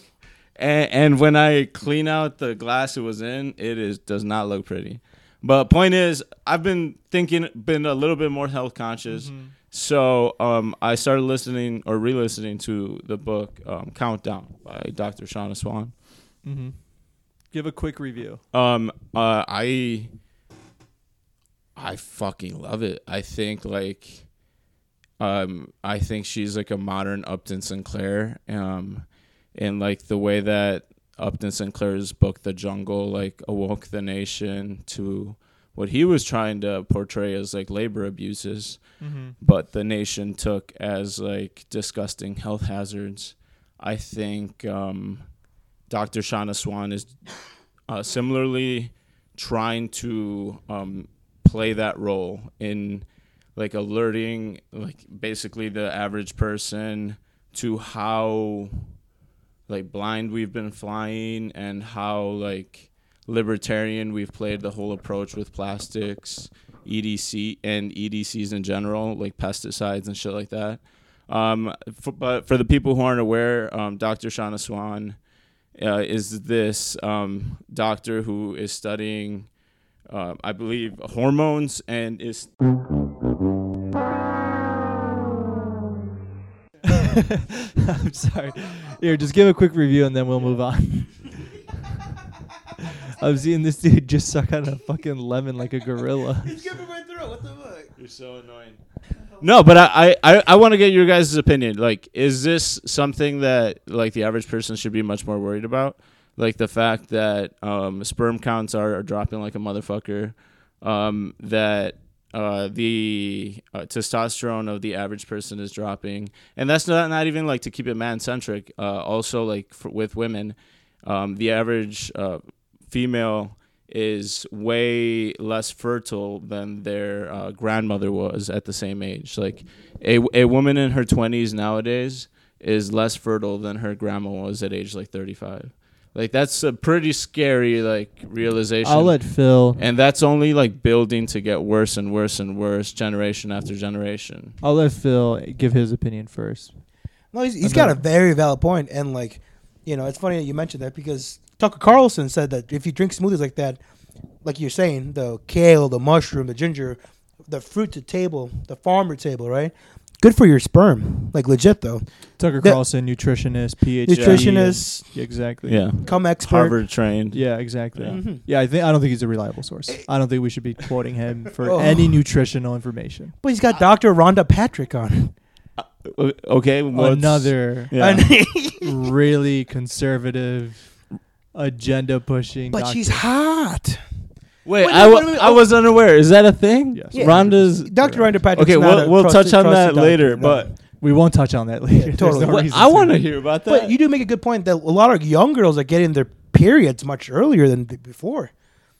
Speaker 9: and, and when I clean out the glass it was in, it is does not look pretty. But point is, I've been thinking, been a little bit more health conscious. So um, I started listening or re-listening to the book um, Countdown by Dr. Shauna Swan.
Speaker 11: give a quick review.
Speaker 9: Um, uh, I, I fucking love it. I think like, Um, I think she's like a modern Upton Sinclair. Um, and like the way that Upton Sinclair's book The Jungle like awoke the nation to what he was trying to portray as like labor abuses,
Speaker 7: Mhm.
Speaker 9: but the nation took as like disgusting health hazards. I think um, Dr. Shauna Swan is uh, similarly trying to um, play that role in like alerting like basically the average person to how like blind we've been flying and how like libertarian we've played the whole approach with plastics edc and edcs in general like pesticides and shit like that um, for, but for the people who aren't aware um, dr shauna swan uh, is this um, doctor who is studying uh, i believe hormones and is
Speaker 7: I'm sorry. Here, just give a quick review and then we'll move on. I'm seeing this dude just suck on a fucking lemon like a gorilla.
Speaker 9: You're so annoying. No, but I I, I, I want to get your guys' opinion. Like, is this something that like the average person should be much more worried about? Like the fact that um, sperm counts are, are dropping like a motherfucker, um, that uh, the uh, testosterone of the average person is dropping, and that's not not even like to keep it man centric. Uh, also, like for, with women, um, the average uh, female is way less fertile than their uh, grandmother was at the same age. Like a, a woman in her 20s nowadays is less fertile than her grandma was at age like 35. Like that's a pretty scary like realization.
Speaker 7: I'll let Phil.
Speaker 9: and that's only like building to get worse and worse and worse generation after generation.
Speaker 7: I'll let Phil give his opinion first.
Speaker 8: No, he's, he's got a
Speaker 7: Another-
Speaker 8: very valid point, and like, you know, it's funny that you mentioned that because Tucker Carlson said that if you drink smoothies like that, like you're saying, the kale, the mushroom, the ginger, the fruit to table, the farmer table, right? Good for your sperm, like legit though.
Speaker 7: Tucker
Speaker 8: That-
Speaker 7: Carlson, nutritionist, PhD, and-
Speaker 8: Nutritionist,
Speaker 7: Yeah, exactly.
Speaker 9: Yeah.
Speaker 8: come expert.
Speaker 9: Harvard trained.
Speaker 7: Yeah, exactly. Yeah.
Speaker 8: Mhm.
Speaker 7: I think I don't think he's a reliable
Speaker 9: Eh.
Speaker 7: source. I don't think we should be quoting him for
Speaker 8: Oh.
Speaker 7: any nutritional information.
Speaker 8: But he's got Dr. Rhonda Patrick on.
Speaker 9: O- Uh, Okay. what's-
Speaker 7: Another
Speaker 9: Yeah.
Speaker 7: really conservative, agenda pushing.
Speaker 8: but she's hot.
Speaker 9: Wait,
Speaker 8: Wait,
Speaker 9: I
Speaker 8: wait,
Speaker 9: wa-
Speaker 8: wait, wait.
Speaker 9: I was unaware. Is that a thing?
Speaker 7: Yes.
Speaker 8: Yeah.
Speaker 9: Rhonda's
Speaker 8: Dr. Rhonda Patrick.
Speaker 9: Okay, we'll, we'll touch on that later, but
Speaker 7: We won't touch on that later. There's
Speaker 8: totally.
Speaker 7: no
Speaker 9: What-
Speaker 7: reason
Speaker 9: I want to hear about that.
Speaker 8: But you do make a good point that a lot of young girls are getting their periods much earlier than b- before.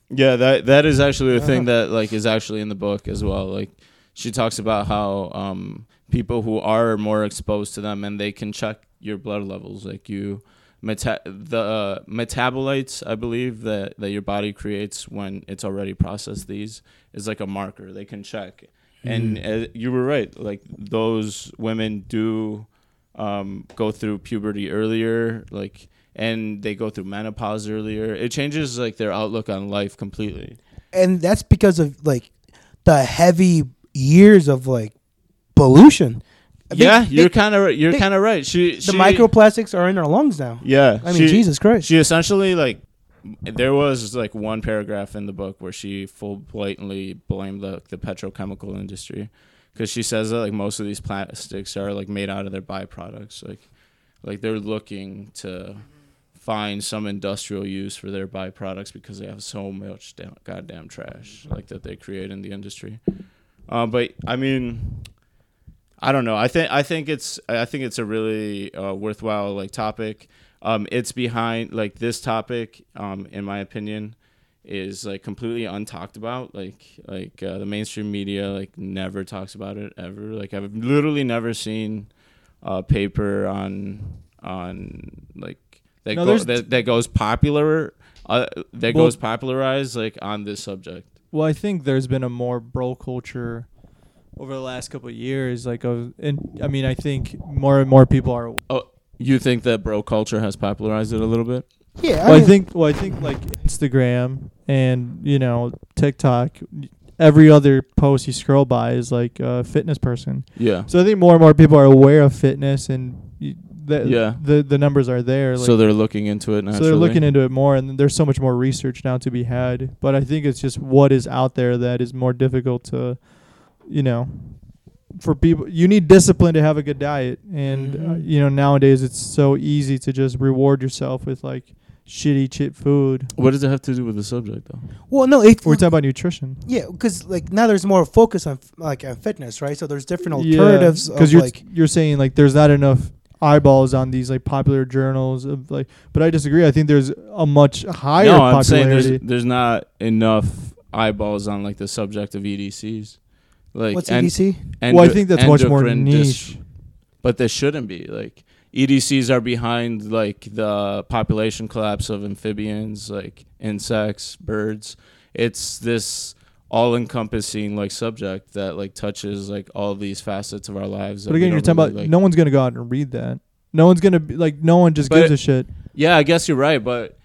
Speaker 9: yeah, that that is actually a thing that like is actually in the book as well. Like she talks about how um, people who are more exposed to them and they can check your blood levels, like you. Meta- the uh, metabolites, I believe that, that your body creates when it's already processed these is like a marker they can check, and uh, you were right. Like those women do um, go through puberty earlier, like, and they go through menopause earlier. It changes like their outlook on life completely.
Speaker 8: and that's because of like the heavy years of like pollution. They-
Speaker 9: yeah,
Speaker 8: they-
Speaker 9: you're kind of you're
Speaker 8: they-
Speaker 9: kind of right. She
Speaker 8: the microplastics are in our lungs now.
Speaker 9: Yeah,
Speaker 8: I mean, Jesus Christ.
Speaker 9: She essentially like there was like one paragraph in the book where she full blatantly blamed the the petrochemical industry because she says that like most of these plastics are like made out of their byproducts. Like like they're looking to find some industrial use for their byproducts because they have so much damn, goddamn trash like that they create in the industry. Uh, but I mean, I don't know. I think I think it's I think it's a really uh, worthwhile like topic. Um, it's behind like this topic, um, in my opinion, is like completely untalked about. Like like uh, the mainstream media like never talks about it ever. Like I've literally never seen a paper on on like that
Speaker 7: No,
Speaker 9: go,
Speaker 7: there's-
Speaker 9: that, that goes popular uh, that
Speaker 7: Well-
Speaker 9: goes popularized like on this subject.
Speaker 7: Well, I think there's been a more bro culture over the last couple of years. Like, of, and I mean, I think more and more people are.
Speaker 9: Oh, you think that bro culture has popularized it a little bit?
Speaker 8: Yeah,
Speaker 7: Well, I
Speaker 8: mean,
Speaker 7: think. Well, I think like Instagram and you know TikTok. Every other post you scroll by is like a fitness person.
Speaker 9: Yeah.
Speaker 7: So I think more and more people are aware of fitness, and y- the
Speaker 9: Yeah.
Speaker 7: the, the numbers are there. Like,
Speaker 9: so they're looking into it.
Speaker 7: So they're looking into it more, and there's so much more research now to be had. But I think it's just what is out there that is more difficult to, you know, for people you need discipline to have a good diet and uh,
Speaker 8: Mhm.
Speaker 7: you know nowadays it's so easy to just reward yourself with like shitty chit food
Speaker 9: What does it have to do with the subject, though?
Speaker 8: Well, no, it,
Speaker 7: we're talking about nutrition
Speaker 8: yeah, because like now there's more focus on f- like on fitness, right? So there's different
Speaker 7: Yeah,
Speaker 8: alternatives of
Speaker 7: you're
Speaker 8: like
Speaker 7: you're saying like there's not enough eyeballs on these like popular journals of like but I disagree I think there's a much higher
Speaker 9: no, I'm saying
Speaker 7: popularity
Speaker 9: there's, there's not enough eyeballs on like the subject of EDCs. Like
Speaker 8: what's
Speaker 9: en-
Speaker 8: EDC?
Speaker 7: E Well, I think that's much more
Speaker 9: endocrine
Speaker 7: niche.
Speaker 9: but there shouldn't be like EDCs are behind like the population collapse of amphibians, like insects, birds. It's this all-encompassing like subject that like touches like all these facets of our lives. that
Speaker 7: but
Speaker 9: we
Speaker 7: again you're
Speaker 9: don't
Speaker 7: talking
Speaker 9: really,
Speaker 7: about
Speaker 9: like-
Speaker 7: no one's gonna go out and read that no one's gonna be like no one just
Speaker 9: But-
Speaker 7: gives a shit
Speaker 9: Yeah, I guess you're right, but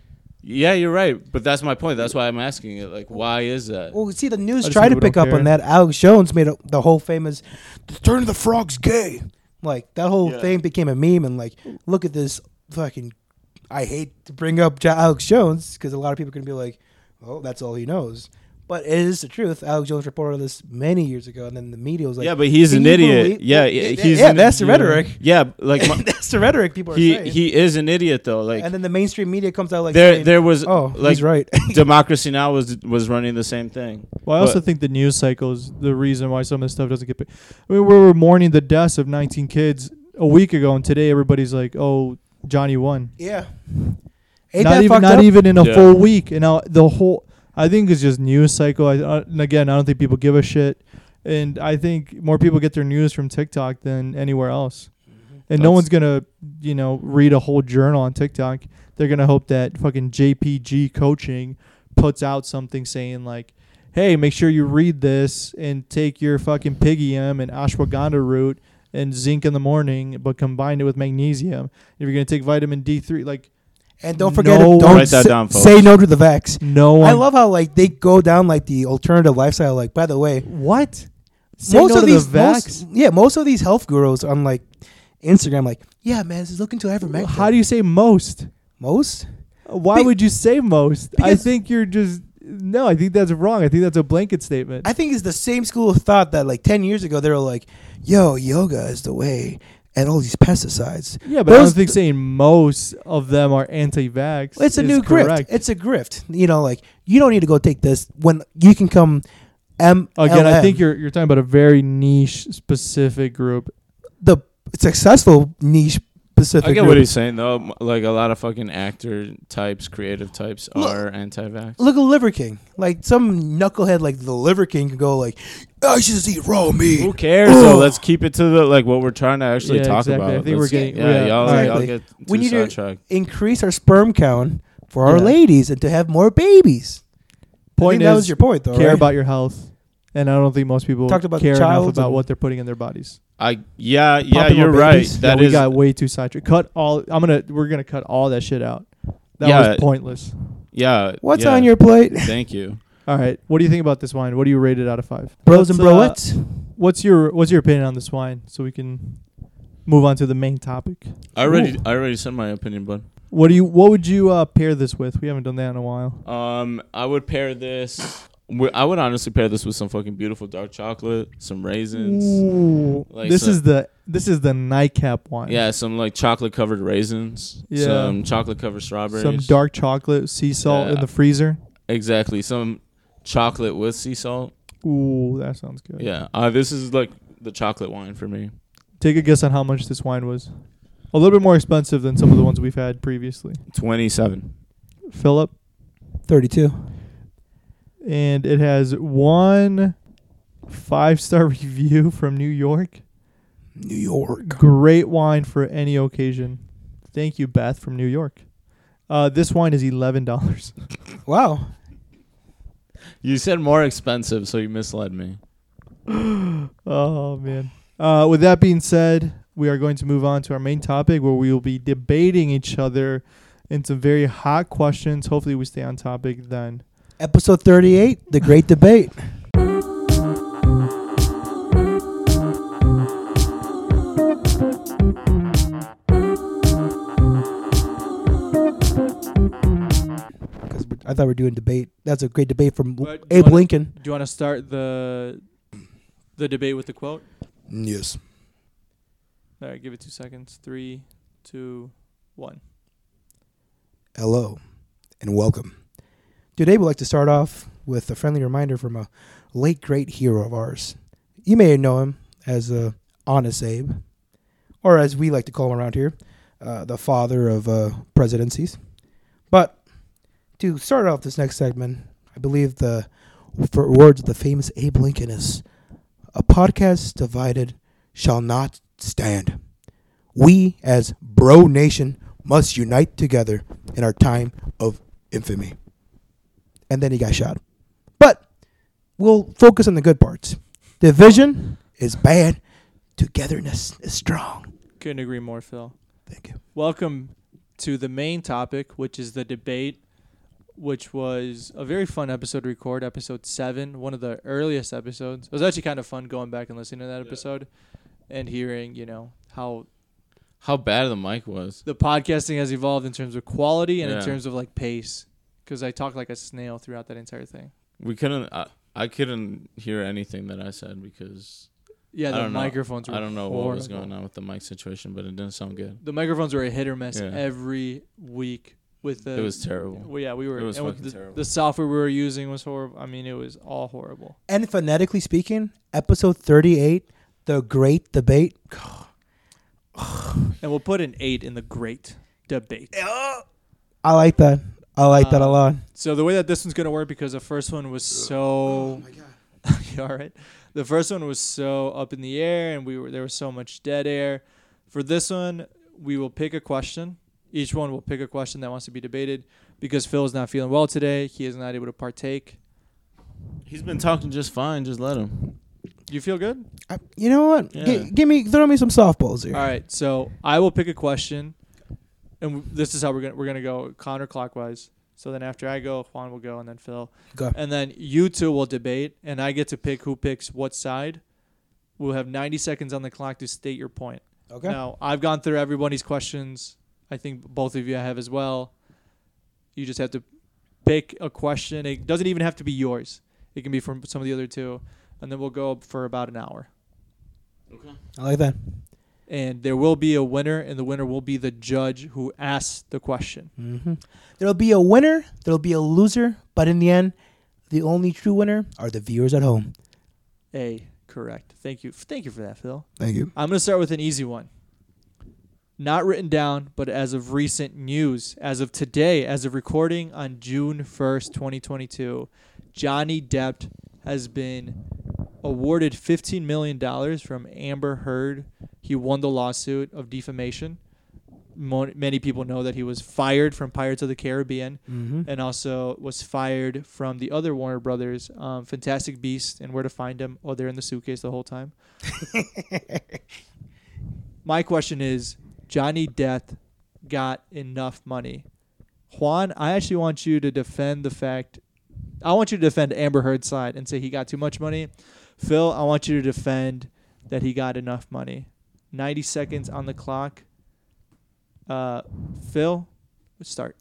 Speaker 9: yeah, you're right. But that's my point. That's why I'm asking it. Like, why is that?
Speaker 8: Well, see, the news
Speaker 7: just
Speaker 8: tried to
Speaker 7: think we
Speaker 8: pick
Speaker 7: don't
Speaker 8: up on
Speaker 7: care.
Speaker 8: that. Alex Jones made a, the whole famous "The "Turn of the Frogs Gay." Like that whole
Speaker 9: Yeah.
Speaker 8: thing became a meme, and like, look at this fucking. I hate to bring up Jo- Alex Jones because a lot of people can be like, "Oh, that's all he knows," but it is the truth. Alex Jones reported this many years ago, and then the media was like,
Speaker 9: yeah, but he's
Speaker 8: "Can
Speaker 9: an
Speaker 8: you
Speaker 9: idiot.
Speaker 8: believe-"
Speaker 9: yeah,
Speaker 8: Yeah,
Speaker 9: yeah, he's
Speaker 8: yeah,
Speaker 9: an-
Speaker 8: that's the
Speaker 9: yeah.
Speaker 8: rhetoric.
Speaker 9: Yeah, like my,
Speaker 8: that's the rhetoric people are
Speaker 9: he
Speaker 8: saying.
Speaker 9: he is an idiot though. Like
Speaker 8: and then the mainstream media comes out like,
Speaker 9: there
Speaker 8: saying,
Speaker 9: there was
Speaker 8: "Oh,
Speaker 9: like
Speaker 8: he's right."
Speaker 9: Democracy Now was was running the same thing.
Speaker 7: Well, I also
Speaker 9: But-
Speaker 7: think the news cycle is the reason why some of this stuff doesn't get. Picked. I mean, we were mourning the deaths of 19 kids a week ago, and today everybody's like, "Oh, Johnny won."
Speaker 8: yeah, Ain't
Speaker 7: not
Speaker 8: that
Speaker 7: even
Speaker 8: fucked
Speaker 7: not
Speaker 8: up?
Speaker 7: even in a
Speaker 9: Yeah.
Speaker 7: full week, and now the whole. I think it's just news cycle. I, uh, and again, I don't think people give a shit, and I think more people get their news from TikTok than anywhere else. And no
Speaker 9: Mm-hmm. That's-
Speaker 7: one's gonna, you know, read a whole journal on TikTok. They're gonna hope that fucking JPG coaching puts out something saying like, "Hey, make sure you read this and take your fucking pygium and ashwagandha root and zinc in the morning, but combine it with magnesium. If you're gonna take vitamin D three, like
Speaker 8: And don't forget,
Speaker 7: No.
Speaker 8: don't
Speaker 9: Write that
Speaker 8: say-
Speaker 9: down, folks.
Speaker 8: say no to the vax.
Speaker 7: no one.
Speaker 8: I love how like they go down like the alternative lifestyle. Like by the way,
Speaker 7: what Say no to the vax?
Speaker 8: most, yeah, most of these health gurus on like Instagram, like yeah, man, this is looking to ivermectin.
Speaker 7: How do you say most?
Speaker 8: most?
Speaker 7: Why
Speaker 8: Be-
Speaker 7: would you say most? I
Speaker 8: because-
Speaker 7: think you're just no. I think that's wrong. I think that's a blanket statement.
Speaker 8: I think it's the same school of thought that like ten years ago they were like, yo, yoga is the way, and all these pesticides.
Speaker 7: yeah, but I
Speaker 8: Those-
Speaker 7: don't think saying most of them are anti-vax.
Speaker 8: It's a
Speaker 7: is
Speaker 8: new
Speaker 7: correct.
Speaker 8: grift. It's a grift. You know, like you don't need to go take this when you can come. M
Speaker 7: Again, I think you're you're talking about a very niche, specific group.
Speaker 8: the successful niche Pacific.
Speaker 9: I get what he's saying though. M- Like a lot of fucking actor types, creative types
Speaker 8: Look-
Speaker 9: are anti-vax.
Speaker 8: Look at Liver King. Like some knucklehead like the Liver King could go like, I should just eat raw meat.
Speaker 9: Who cares? though? let's keep it to the like what we're trying to actually
Speaker 7: Yeah,
Speaker 9: talk
Speaker 7: exactly.
Speaker 9: about.
Speaker 7: I think we're
Speaker 9: Let's-
Speaker 7: getting-
Speaker 9: yeah,
Speaker 7: yeah,
Speaker 9: y'all,
Speaker 8: exactly.
Speaker 9: y'all get too
Speaker 8: We need to-
Speaker 9: sidetracked.
Speaker 8: Increase our sperm count for our
Speaker 7: Yeah.
Speaker 8: ladies and to have more babies.
Speaker 7: Point
Speaker 8: I think that
Speaker 7: is,
Speaker 8: was your point though.
Speaker 7: care
Speaker 8: right?
Speaker 7: about your health, and I don't think most people
Speaker 8: Talked about the
Speaker 7: care enough
Speaker 8: childs
Speaker 7: about
Speaker 8: and-
Speaker 7: what they're putting in their bodies.
Speaker 9: I yeah yeah
Speaker 7: Popping more
Speaker 9: you're right.
Speaker 7: babies?
Speaker 9: That
Speaker 7: yeah,
Speaker 9: is
Speaker 7: we got way too saturated. Cut all. I'm gonna we're gonna cut all that shit out. That
Speaker 9: Yeah.
Speaker 7: was pointless.
Speaker 9: yeah.
Speaker 8: What's
Speaker 9: yeah.
Speaker 8: on your plate?
Speaker 9: Thank you.
Speaker 7: All right. What do you think about this wine? What do you rate it out of five?
Speaker 8: Bros and
Speaker 7: Let's, uh,
Speaker 8: broettes.
Speaker 7: what's your What's your opinion on this wine? So we can move on to the main topic.
Speaker 9: I already I already said my opinion, bud.
Speaker 7: What do you What would you uh, pair this with? We haven't done that in a while.
Speaker 9: Um, I would pair this. wi- I would honestly pair this with some fucking beautiful dark chocolate, some raisins.
Speaker 7: Ooh,
Speaker 9: Like
Speaker 7: this
Speaker 9: so-
Speaker 7: is the This is the nightcap wine.
Speaker 9: Yeah, some like chocolate covered raisins.
Speaker 7: Yeah.
Speaker 9: Some chocolate covered strawberries.
Speaker 7: Some dark chocolate, sea salt in
Speaker 9: Yeah.
Speaker 7: the freezer.
Speaker 9: Exactly. Some chocolate with sea salt.
Speaker 7: Ooh, that sounds good.
Speaker 9: Yeah. Uh, this is like the chocolate wine for me.
Speaker 7: Take a guess on how much this wine was. A little bit more expensive than some of the ones we've had previously.
Speaker 9: Twenty seven.
Speaker 7: Philip,
Speaker 8: Thirty-two.
Speaker 7: and it has one five star review from New York.
Speaker 8: New York.
Speaker 7: Great wine for any occasion. Thank you, Beth from New York. Uh, this wine is eleven dollars.
Speaker 8: Wow.
Speaker 9: You said more expensive, so you misled me.
Speaker 7: Oh man. Uh, with that being said, we are going to move on to our main topic where we will be debating each other in some very hot questions. Hopefully, we stay on topic then.
Speaker 8: Episode thirty-eight. The Great Debate. Because I thought we were doing debate. That's a great debate from
Speaker 12: But do you
Speaker 8: Abe
Speaker 12: wanna-
Speaker 8: Lincoln.
Speaker 12: Do you want to start the the debate with the quote?
Speaker 13: Yes.
Speaker 7: All right, give it two seconds. Three, two, one.
Speaker 13: Hello and welcome.
Speaker 8: Today, we'd like to start off with a friendly reminder from a late great hero of ours. You may know him as uh, Honest Abe, or as we like to call him around here, uh, the father of uh, presidencies. But to start off this next segment, I believe the for words of the famous Abe Lincoln is a podcast divided shall not stand. We, as Bro Nation, must unite together in our time of infamy. And then he got shot. But we'll focus on the good parts. Division is bad, togetherness is strong.
Speaker 7: Couldn't agree more, Phil.
Speaker 8: Thank you.
Speaker 7: Welcome to the main topic, which is the debate, which was a very fun episode to record, episode seven, one of the earliest episodes. It was actually kind of fun going back and listening to that episode and hearing, you know, how
Speaker 9: How bad the mic was.
Speaker 7: the podcasting has evolved in terms of quality and in
Speaker 9: Yeah.
Speaker 7: terms of like pace. Because I talked like a snail throughout that entire thing.
Speaker 9: We couldn't. I, I couldn't hear anything that I said because.
Speaker 7: Yeah,
Speaker 9: I
Speaker 7: the
Speaker 9: don't know-
Speaker 7: microphones were
Speaker 9: I don't know what was
Speaker 7: horrible.
Speaker 9: going on with the mic situation, but it didn't sound good.
Speaker 7: The microphones were a hit or miss
Speaker 9: Yeah.
Speaker 7: every week. With the
Speaker 9: It was terrible.
Speaker 7: Well, yeah, we were.
Speaker 9: It was
Speaker 7: and with
Speaker 9: fucking
Speaker 7: the,
Speaker 9: terrible.
Speaker 7: The software we were using was horrible. I mean, it was all horrible.
Speaker 8: And phonetically speaking, episode 38, The Great Debate.
Speaker 7: And we'll put an eight in the great debate.
Speaker 8: I like that. I like that a lot.
Speaker 7: So the way that this one's gonna work because the first one was so. Oh my god. you all right? The first one was so up in the air, and we were there was so much dead air. For this one, we will pick a question. Each one will pick a question that wants to be debated because Phil is not feeling well today. He is not able to partake.
Speaker 9: He's been talking just fine. Just let him.
Speaker 7: You feel good?
Speaker 8: I, you know what? Gi-
Speaker 9: Yeah.
Speaker 8: give me, throw me some softballs here.
Speaker 7: All right, so I will pick a question, and w- this is how we're gonna we're gonna go counterclockwise. So then after I go, Juan will go, and then Phil,
Speaker 8: Go.
Speaker 7: and then you two will debate, and I get to pick who picks what side. We'll have 90 seconds on the clock to state your point.
Speaker 8: Okay.
Speaker 7: Now I've gone through everybody's questions. I think both of you have as well. You just have to pick a question. It doesn't even have to be yours. It can be from some of the other two, and then we'll go for about an hour
Speaker 8: I like that.
Speaker 7: and there will be a winner, and the winner will be the judge who asks the question.
Speaker 8: hmm There'll be a winner, there'll be a loser, but in the end, the only true winner are the viewers at home.
Speaker 7: A correct. Thank you. Thank you for that, Phil.
Speaker 8: Thank you.
Speaker 7: I'm gonna start with an easy one. Not written down, but as of recent news, as of today, as of recording on June 1st, 2022, Johnny Depp has been awarded $15 million from Amber Heard. He won the lawsuit of defamation. Mo- many people know that he was fired from Pirates of the Caribbean
Speaker 8: Mhm.
Speaker 7: and also was fired from the other Warner Brothers, um, Fantastic Beast, and Where to Find Them. Oh, they're in the suitcase the whole time. My question is Johnny Depp got enough money. Juan, I actually want you to defend the fact. I want you to defend Amber Heard's side and say he got too much money. Phil, I want you to defend that he got enough money. 90 seconds on the clock. Uh, Phil, let's start.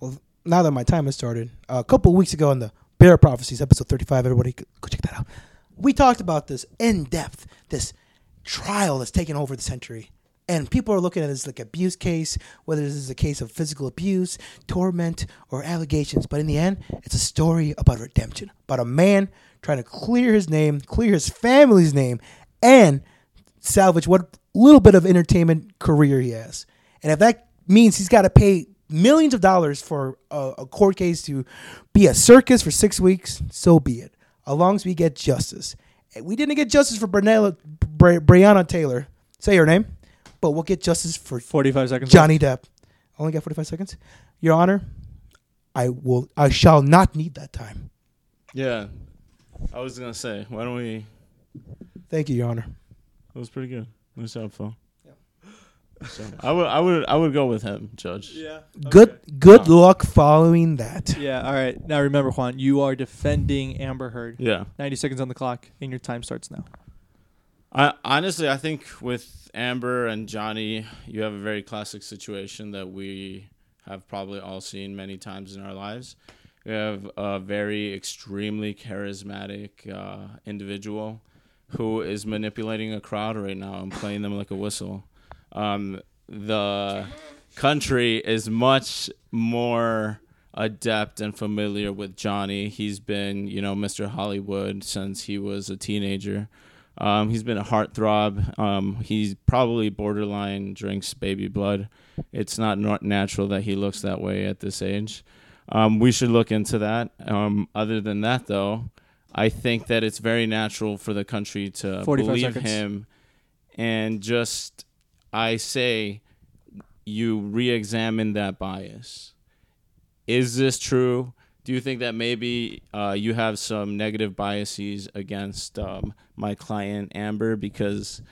Speaker 8: Well, now that my time has started, a couple weeks ago in the Bear Prophecies, episode 35, everybody go go check that out. We talked about this in depth, this trial that's taken over the century. And people are looking at this like abuse case, whether this is a case of physical abuse, torment, or allegations. But in the end, it's a story about redemption, about a man trying to clear his name, clear his family's name, and salvage what little bit of entertainment career he has. And if that means he's got to pay millions of dollars for a, a court case to be a circus for six weeks, so be it. As long as we get justice. And We didn't get justice for Brunella, Bri- Brianna Taylor, say her name, but we'll get justice for
Speaker 7: 45 seconds.
Speaker 8: Johnny Depp. I only got 45 seconds. Your Honor, I will. I shall not need that time.
Speaker 9: Yeah. I was gonna say, why don't we?
Speaker 8: Thank you, Your Honor.
Speaker 9: That was pretty good. Nice job, Phil. So I would, I would, I would go with him, Judge.
Speaker 7: Yeah.
Speaker 8: Good good luck following that.
Speaker 7: Yeah, all right. Now remember, Juan, you are defending Amber Heard.
Speaker 9: Yeah.
Speaker 7: 90 seconds on the clock, and your time starts now.
Speaker 9: I honestly, I think with Amber and Johnny, you have a very classic situation that we have probably all seen many times in our lives. You have a very extremely charismatic uh, individual who is manipulating a crowd right now and playing them like a whistle. Um, the country is much more adept and familiar with Johnny. He's been, you know, Mr. Hollywood since he was a teenager. Um, he's been a heartthrob. Um, he's probably borderline drinks baby blood. It's not nor- natural that he looks that way at this age. Um, we should look into that. Um, other than that, though, I think that it's very natural for the country to
Speaker 7: 45
Speaker 9: believe
Speaker 7: seconds.
Speaker 9: him and just, I say, you re examine that bias is this true? Do you think that maybe uh, you have some negative biases against um, my client Amber because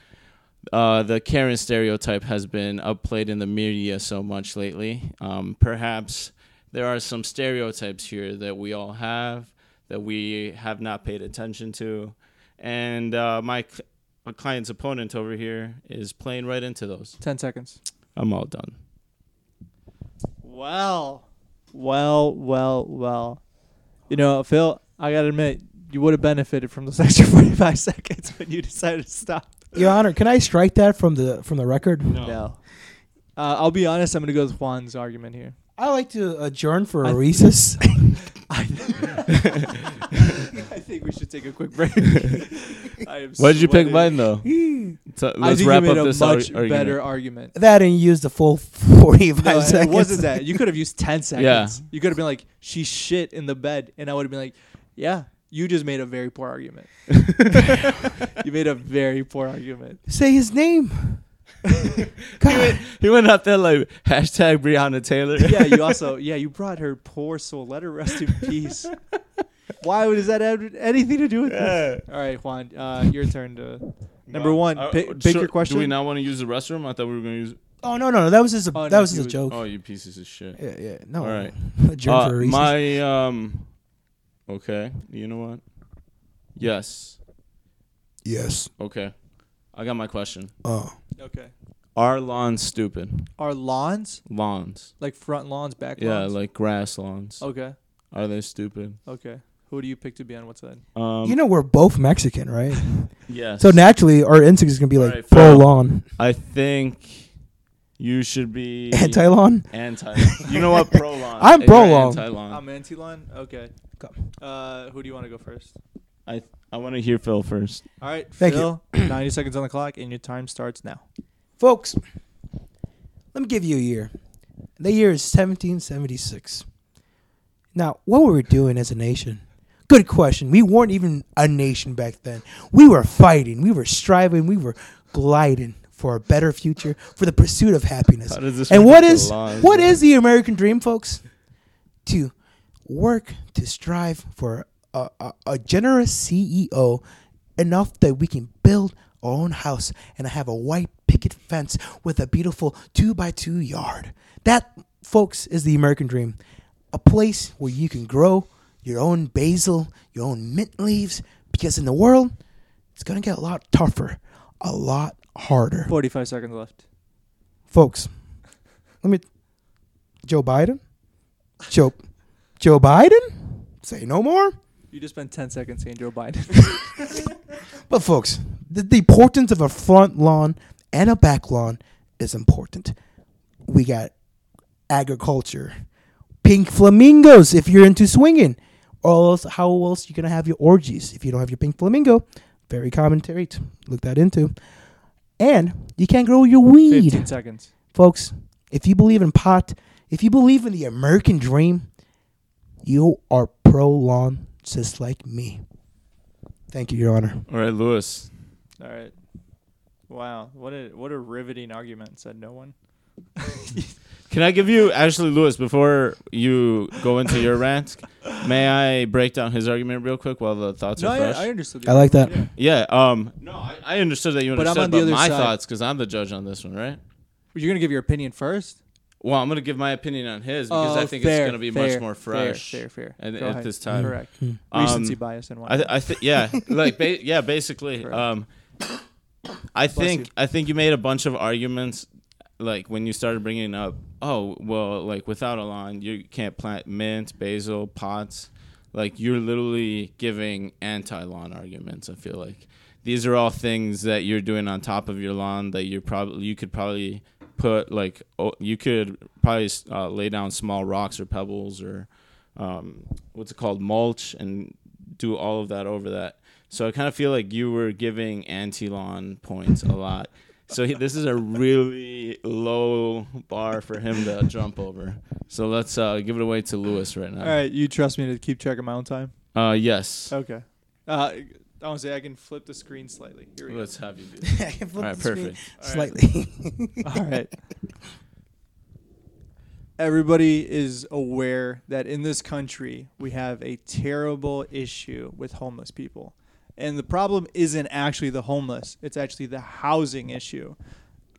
Speaker 9: uh, the Karen stereotype has been upplayed in the media so much lately? Um, perhaps there are some stereotypes here that we all have that we have not paid attention to, and uh, my cl- my client's opponent over here is playing right into those.
Speaker 7: Ten seconds.
Speaker 9: I'm all done.
Speaker 7: Well, well, well, well. You know, Phil, I gotta admit, you would have benefited from those extra forty-five seconds when you decided to stop.
Speaker 8: Your Honor, can I strike that from the from the record?
Speaker 7: No. Uh, I'll be honest. I'm gonna go with Juan's argument here.
Speaker 8: I like to adjourn for a
Speaker 7: I-
Speaker 8: recess.
Speaker 7: I, I think we should take a quick break. I am
Speaker 9: Why did you pick
Speaker 7: sweating.
Speaker 9: mine though? So
Speaker 7: I
Speaker 9: let's
Speaker 7: think
Speaker 9: wrap
Speaker 7: you made
Speaker 9: up
Speaker 7: a
Speaker 9: this ar-
Speaker 7: much
Speaker 9: argument.
Speaker 7: better argument.
Speaker 8: that and use the full forty-five
Speaker 7: No,
Speaker 8: seconds.
Speaker 7: it wasn't that. You could have used 10
Speaker 9: Yeah.
Speaker 7: seconds. You could have been like, she shit in the bed. And I would have been like, yeah, you just made a very poor argument. you made a very poor argument.
Speaker 8: Say his name.
Speaker 9: he, went, he went out there like hashtag Breonna Taylor.
Speaker 7: Yeah, you also, yeah, you brought her poor soul. Let her rest in peace. Why would- does that have anything to do with this? All right, Juan, uh, your turn to. Number one,
Speaker 9: Uh,
Speaker 7: pick,
Speaker 9: uh,
Speaker 7: pick
Speaker 9: so
Speaker 7: your question.
Speaker 9: Do we not want to use the restroom? I thought we were going to use.
Speaker 8: Oh no, no, no. That was just a
Speaker 7: Oh, no,
Speaker 8: that was
Speaker 7: he
Speaker 8: just a
Speaker 7: was-
Speaker 8: joke.
Speaker 9: Oh, you pieces of shit.
Speaker 8: Yeah, yeah. No.
Speaker 9: All right.
Speaker 8: Adjourn
Speaker 9: Uh,
Speaker 8: for a recess.
Speaker 9: my um. Okay. You know what? Yes.
Speaker 14: Yes.
Speaker 9: Okay. I got my question.
Speaker 8: uh.
Speaker 14: Oh.
Speaker 7: okay.
Speaker 9: Are lawns stupid?
Speaker 7: Are lawns,
Speaker 9: Lawns.
Speaker 7: like front lawns, back
Speaker 9: Yeah,
Speaker 7: lawns? Oh.
Speaker 9: like grass lawns.
Speaker 7: okay,
Speaker 9: Are they stupid?
Speaker 7: okay. Who do you pick to be on what side?
Speaker 9: Um.
Speaker 8: you know we're both Mexican, right?
Speaker 9: Yes.
Speaker 8: so naturally, our instinct is gonna be like
Speaker 9: Alright,
Speaker 8: pro
Speaker 9: Phil.
Speaker 8: lawn,
Speaker 9: I think you should be
Speaker 8: anti lawn.
Speaker 9: Anti. You know what? Pro lawn.
Speaker 8: I'm pro lawn.
Speaker 9: Anti lawn.
Speaker 7: I'm anti lawn. Okay. Uh, who do you want to go first?
Speaker 9: I I want to hear Phil first.
Speaker 7: All right,
Speaker 8: Thank you.
Speaker 7: Phil. Ninety seconds on the clock, and your time starts now.
Speaker 8: Folks, let me give you a year. The year is 1776. Now, what were we doing as a nation? Good question. We weren't even a nation back then. We were fighting, we were striving, we were gliding for a better future, for the pursuit of happiness.
Speaker 9: How does this
Speaker 8: And
Speaker 9: relate
Speaker 8: what
Speaker 9: to
Speaker 8: is
Speaker 9: laws,
Speaker 8: what
Speaker 9: man?
Speaker 8: is the American dream, folks? To work, to strive for a, a, a generous CEO enough that we can build our own house and have a white picket fence with a beautiful two by two yard. That, folks, is the American dream. A place where you can grow your own basil, your own mint leaves, because in the world, it's going to get a lot tougher, a lot harder
Speaker 7: Forty-five seconds left.
Speaker 8: folks. Let me. Joe Biden. Joe. Joe Biden. Say no more.
Speaker 7: You just spent ten seconds saying Joe Biden.
Speaker 8: But folks, the, the importance of a front lawn and a back lawn is important. We got agriculture, pink flamingos if you're into swinging, or else how else you gonna have your orgies if you don't have your pink flamingo? Very common trait. Look that into. And you can't grow your weed.
Speaker 7: Fifteen seconds.
Speaker 8: folks, if you believe in pot, if you believe in the American dream, you are pro lawn just like me. Thank you, Your Honor.
Speaker 9: All right, Lewis.
Speaker 7: All right. Wow, what a what a riveting argument. Said no one.
Speaker 9: Can I give you Ashley Lewis before you go into your rant? May I break down his argument real quick while the thoughts
Speaker 7: No,
Speaker 9: are
Speaker 7: I,
Speaker 9: fresh?
Speaker 7: I understood. the
Speaker 8: I like that.
Speaker 7: argument,
Speaker 9: yeah. Um. No, I, I understood that you
Speaker 7: But I'm
Speaker 9: understood
Speaker 7: on the
Speaker 9: about
Speaker 7: other
Speaker 9: my
Speaker 7: side.
Speaker 9: thoughts because I'm the judge on this one, right?
Speaker 7: yeah. You're gonna give your opinion first.
Speaker 9: Well, I'm gonna give my opinion on his because
Speaker 7: Oh,
Speaker 9: I think
Speaker 7: fair,
Speaker 9: it's gonna be
Speaker 7: fair,
Speaker 9: much more
Speaker 7: fair,
Speaker 9: fresh
Speaker 7: Fair, fair.
Speaker 9: at,
Speaker 7: Go
Speaker 9: at
Speaker 7: ahead.
Speaker 9: this time.
Speaker 7: Correct.
Speaker 8: Hmm.
Speaker 9: Um,
Speaker 7: Recency bias and why?
Speaker 9: I, th- I think yeah, like ba- yeah, basically.
Speaker 7: Correct.
Speaker 9: Um, I think
Speaker 7: you.
Speaker 9: I think you made a bunch of arguments, like when you started bringing up, oh well, like without a lawn, you can't plant mint, basil, pots. like you're literally giving anti-lawn arguments. I feel like these are all things that you're doing on top of your lawn that you're probably you could probably put like oh, you could probably uh, lay down small rocks or pebbles or um, what's it called mulch and do all of that over that. So I kind of feel like you were giving anti-lawn points a lot. So he, this is a really low bar for him to jump over. So let's uh, give it away to Lewis right now.
Speaker 7: All right, you trust me to keep track of my own time?
Speaker 9: Uh, yes.
Speaker 7: Okay. Uh, I want to say I can flip the screen slightly. Here we go.
Speaker 9: Let's have you do that. I can flip All right, the screen perfect.
Speaker 8: slightly.
Speaker 7: All right. Everybody is aware that in this country we have a terrible issue with homeless people. And the problem isn't actually the homeless, it's actually the housing issue.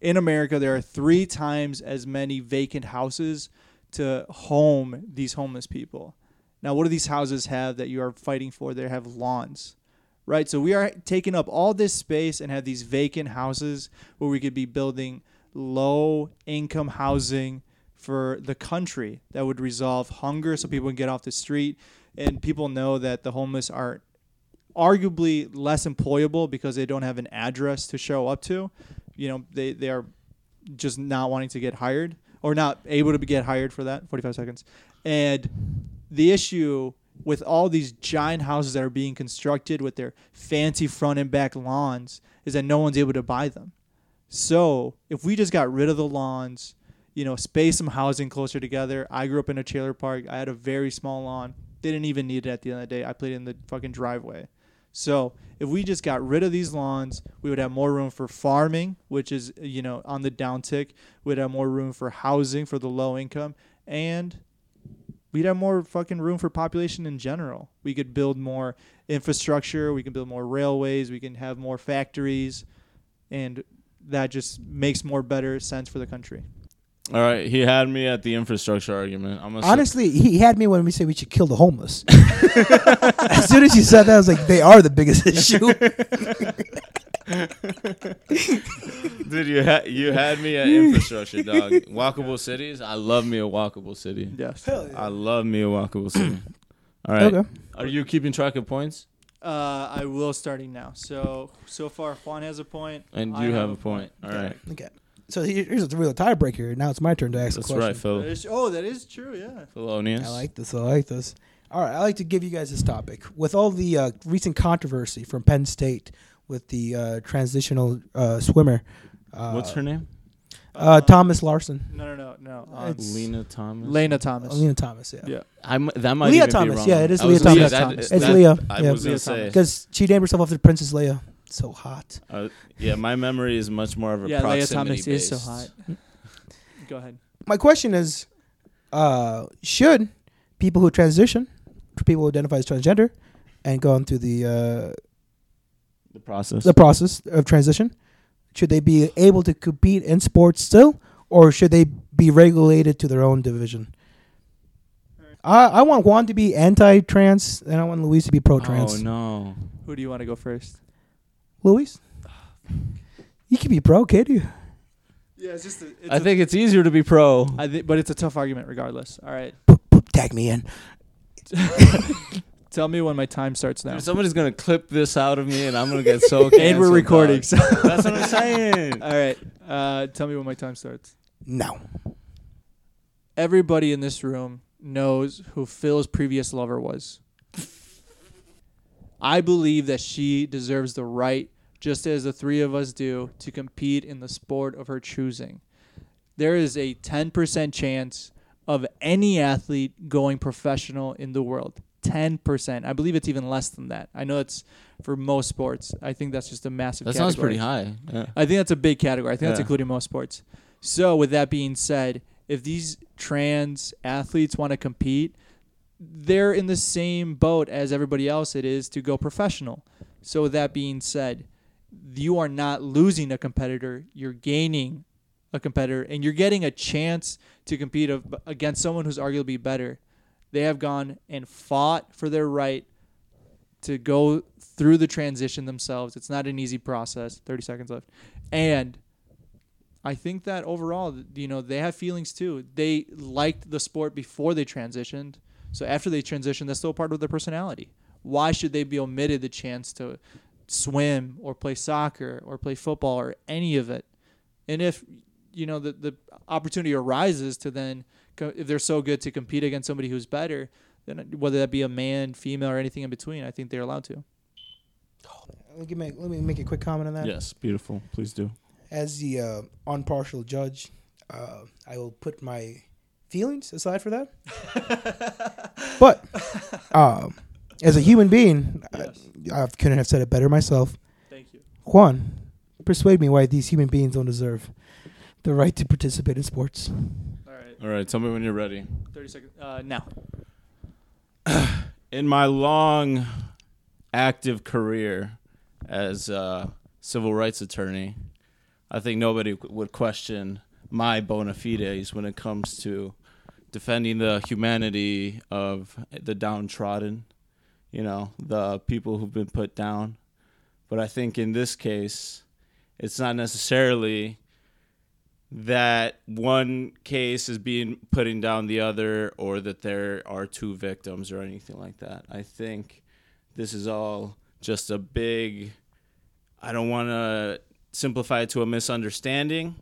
Speaker 7: In America, there are three times as many vacant houses to home these homeless people. Now, what do these houses have that you are fighting for? They have lawns, right? So we are taking up all this space and have these vacant houses where we could be building low income housing for the country that would resolve hunger so people can get off the street. And people know that the homeless are arguably less employable because they don't have an address to show up to. You know, they, they are just not wanting to get hired or not able to be- get hired for that. 45 seconds. And the issue with all these giant houses that are being constructed with their fancy front and back lawns is that no one's able to buy them. So if we just got rid of the lawns, you know, space some housing closer together. I grew up in a trailer park. I had a very small lawn didn't even need it at the end of the day. I played in the fucking driveway. So if we just got rid of these lawns, we would have more room for farming, which is you know on the downtick. We'd have more room for housing for the low income, and we'd have more fucking room for population in general. We could build more infrastructure. We can build more railways. We can have more factories, and that just makes more better sense for the country.
Speaker 9: All right, he had me at the infrastructure argument. I'm gonna say-
Speaker 8: Honestly, he had me when we said we should kill the homeless. as soon as you said that, I was like, they are the biggest issue.
Speaker 9: Dude, you had you had me at infrastructure, dog. Walkable cities. I love me a walkable city.
Speaker 7: Yes.
Speaker 9: I love me a walkable city. All right.
Speaker 8: Okay.
Speaker 9: Are you keeping track of points?
Speaker 7: Uh, I will starting now. So so far, Juan has a point,
Speaker 9: And
Speaker 7: I
Speaker 9: you have a point. All right.
Speaker 8: okay. So here- here's a real tiebreaker. Now it's my turn to ask
Speaker 9: That's
Speaker 8: a question.
Speaker 9: right, Phil.
Speaker 7: That is- Oh, that is true. Yeah.
Speaker 9: Felonious.
Speaker 8: I like this. I like this. All right, I like to give you guys this topic with all the uh, recent controversy from Penn State with the uh, transitional uh, swimmer. Uh,
Speaker 9: What's her name?
Speaker 8: Uh, Thomas Larson,
Speaker 7: No, no, no, no. Uh,
Speaker 8: It's-
Speaker 9: Lena Thomas.
Speaker 7: Lena Thomas.
Speaker 8: Lena Thomas. Yeah,
Speaker 7: Yeah.
Speaker 9: I'm, that might
Speaker 8: Leah
Speaker 9: even be
Speaker 8: Thomas,
Speaker 9: wrong.
Speaker 8: yeah, it is
Speaker 9: I was
Speaker 8: Leah
Speaker 9: gonna say
Speaker 8: Thomas. It's Leah,
Speaker 9: I
Speaker 8: yeah.
Speaker 9: was
Speaker 7: Leah
Speaker 9: gonna say.
Speaker 8: because she named herself after Princess Leia. So hot.
Speaker 9: Uh, yeah, my memory is much more of a
Speaker 7: Yeah, Leah
Speaker 9: proximity
Speaker 7: Thomas is
Speaker 9: based.
Speaker 7: so hot. Go ahead.
Speaker 8: My question is, uh, should people who transition, people who identify as transgender, and gone through the uh,
Speaker 9: The process.
Speaker 8: the process of transition? Should they be able to compete in sports still, or should they be regulated to their own division? I, I want Juan to be anti-trans, and I want Luis to be pro-trans.
Speaker 9: Oh no.
Speaker 7: Who do you want to go first?
Speaker 8: Luis, you can be pro, can't you?
Speaker 7: Yeah, it's just. A, it's
Speaker 9: I think it's easier to be pro.
Speaker 7: I thi- but it's a tough argument, regardless. All right.
Speaker 8: Boop, boop, tag me in.
Speaker 7: Tell me when my time starts now.
Speaker 9: Dude, somebody's gonna clip this out of me, and I'm gonna get so.
Speaker 7: and we're
Speaker 9: canceled,
Speaker 7: recording.
Speaker 9: dog.
Speaker 7: So.
Speaker 9: That's what I'm saying.
Speaker 7: All right. Uh, tell me when my time starts.
Speaker 8: No.
Speaker 7: Everybody in this room knows who Phil's previous lover was. I believe that she deserves the right, just as the three of us do, to compete in the sport of her choosing. There is a 10% chance of any athlete going professional in the world. 10%. I believe it's even less than that. I know it's for most sports. I think that's just a massive
Speaker 9: That sounds
Speaker 7: category.
Speaker 9: pretty high. Yeah.
Speaker 7: I think that's a big category. I think that's
Speaker 9: Yeah.
Speaker 7: including most sports. So, with that being said, if these trans athletes want to compete, they're in the same boat as everybody else it is to go professional. So, with that being said, you are not losing a competitor, you're gaining a competitor, and you're getting a chance to compete of, against someone who's arguably better. They have gone and fought for their right to go through the transition themselves. It's not an easy process. 30 seconds left. And I think that overall, th- you know, they have feelings too. They liked the sport before they transitioned. So after they transition, that's still part of their personality. Why should they be omitted the chance to swim or play soccer or play football or any of it? And if you know the the opportunity arises to then co- if they're so good to compete against somebody who's better, then whether that be a man, female, or anything in between, I think they're allowed to.
Speaker 8: Let me make, let me make a quick comment on that.
Speaker 9: Yes, beautiful. Please do.
Speaker 8: As the uh, unpartial judge, uh, I will put my feelings aside for that. but um, as a human being, I, I couldn't have said it better myself. Thank you. Juan, persuade me why these human beings don't deserve the right to participate in sports.
Speaker 9: All right, tell me when you're ready.
Speaker 7: 30 seconds. Uh, now.
Speaker 9: in my long active career as a civil rights attorney, I think nobody w- would question my bona fides when it comes to defending the humanity of the downtrodden, you know, the people who've been put down. But I think in this case, it's not necessarily that one case is being putting down the other or that there are two victims or anything like that. I think this is all just a big I don't want to simplify it to a misunderstanding,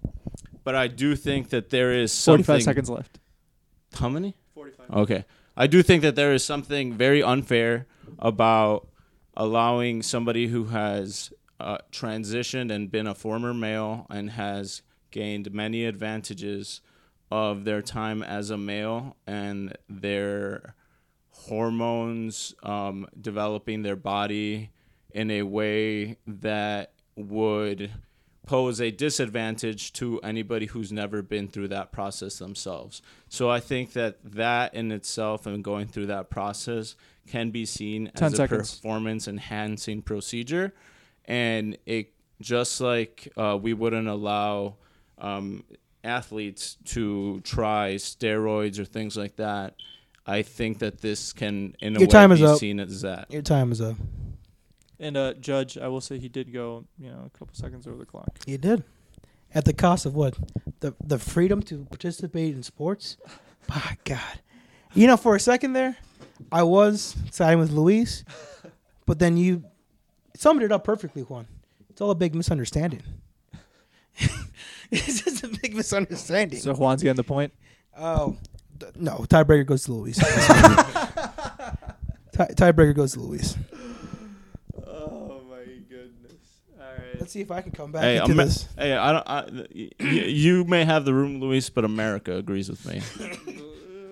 Speaker 9: but I do think that there is something
Speaker 7: 45 seconds left.
Speaker 9: How many? 45. Okay. I do think that there is something very unfair about allowing somebody who has uh, transitioned and been a former male and has gained many advantages of their time as a male and their hormones um, developing their body in a way that would pose a disadvantage to anybody who's never been through that process themselves. So I think that that in itself and going through that process can be seen
Speaker 7: 10
Speaker 9: as a
Speaker 7: seconds.
Speaker 9: performance enhancing procedure. And it just like uh, we wouldn't allow um, athletes to try steroids or things like that. I think that this can, in a
Speaker 8: Your
Speaker 9: way,
Speaker 8: time is
Speaker 9: be
Speaker 8: up.
Speaker 9: seen as that.
Speaker 8: Your time is up.
Speaker 7: And uh, judge, I will say he did go, you know, a couple seconds over the clock.
Speaker 8: You did. At the cost of what? The the freedom to participate in sports? My God. You know, for a second there, I was siding with Luis, but then you summed it up perfectly, Juan. It's all a big misunderstanding. it's just a big misunderstanding.
Speaker 7: So Juan's getting the point.
Speaker 8: Oh, th- no. Tiebreaker goes to Luis. Tie- tiebreaker goes to Luis.
Speaker 7: Oh my goodness! All right.
Speaker 8: Let's see if I can come back
Speaker 9: Hey,
Speaker 8: into
Speaker 9: Ama-
Speaker 8: this.
Speaker 9: hey, I don't. I, y- y- you may have the room, Luis, but America agrees with me.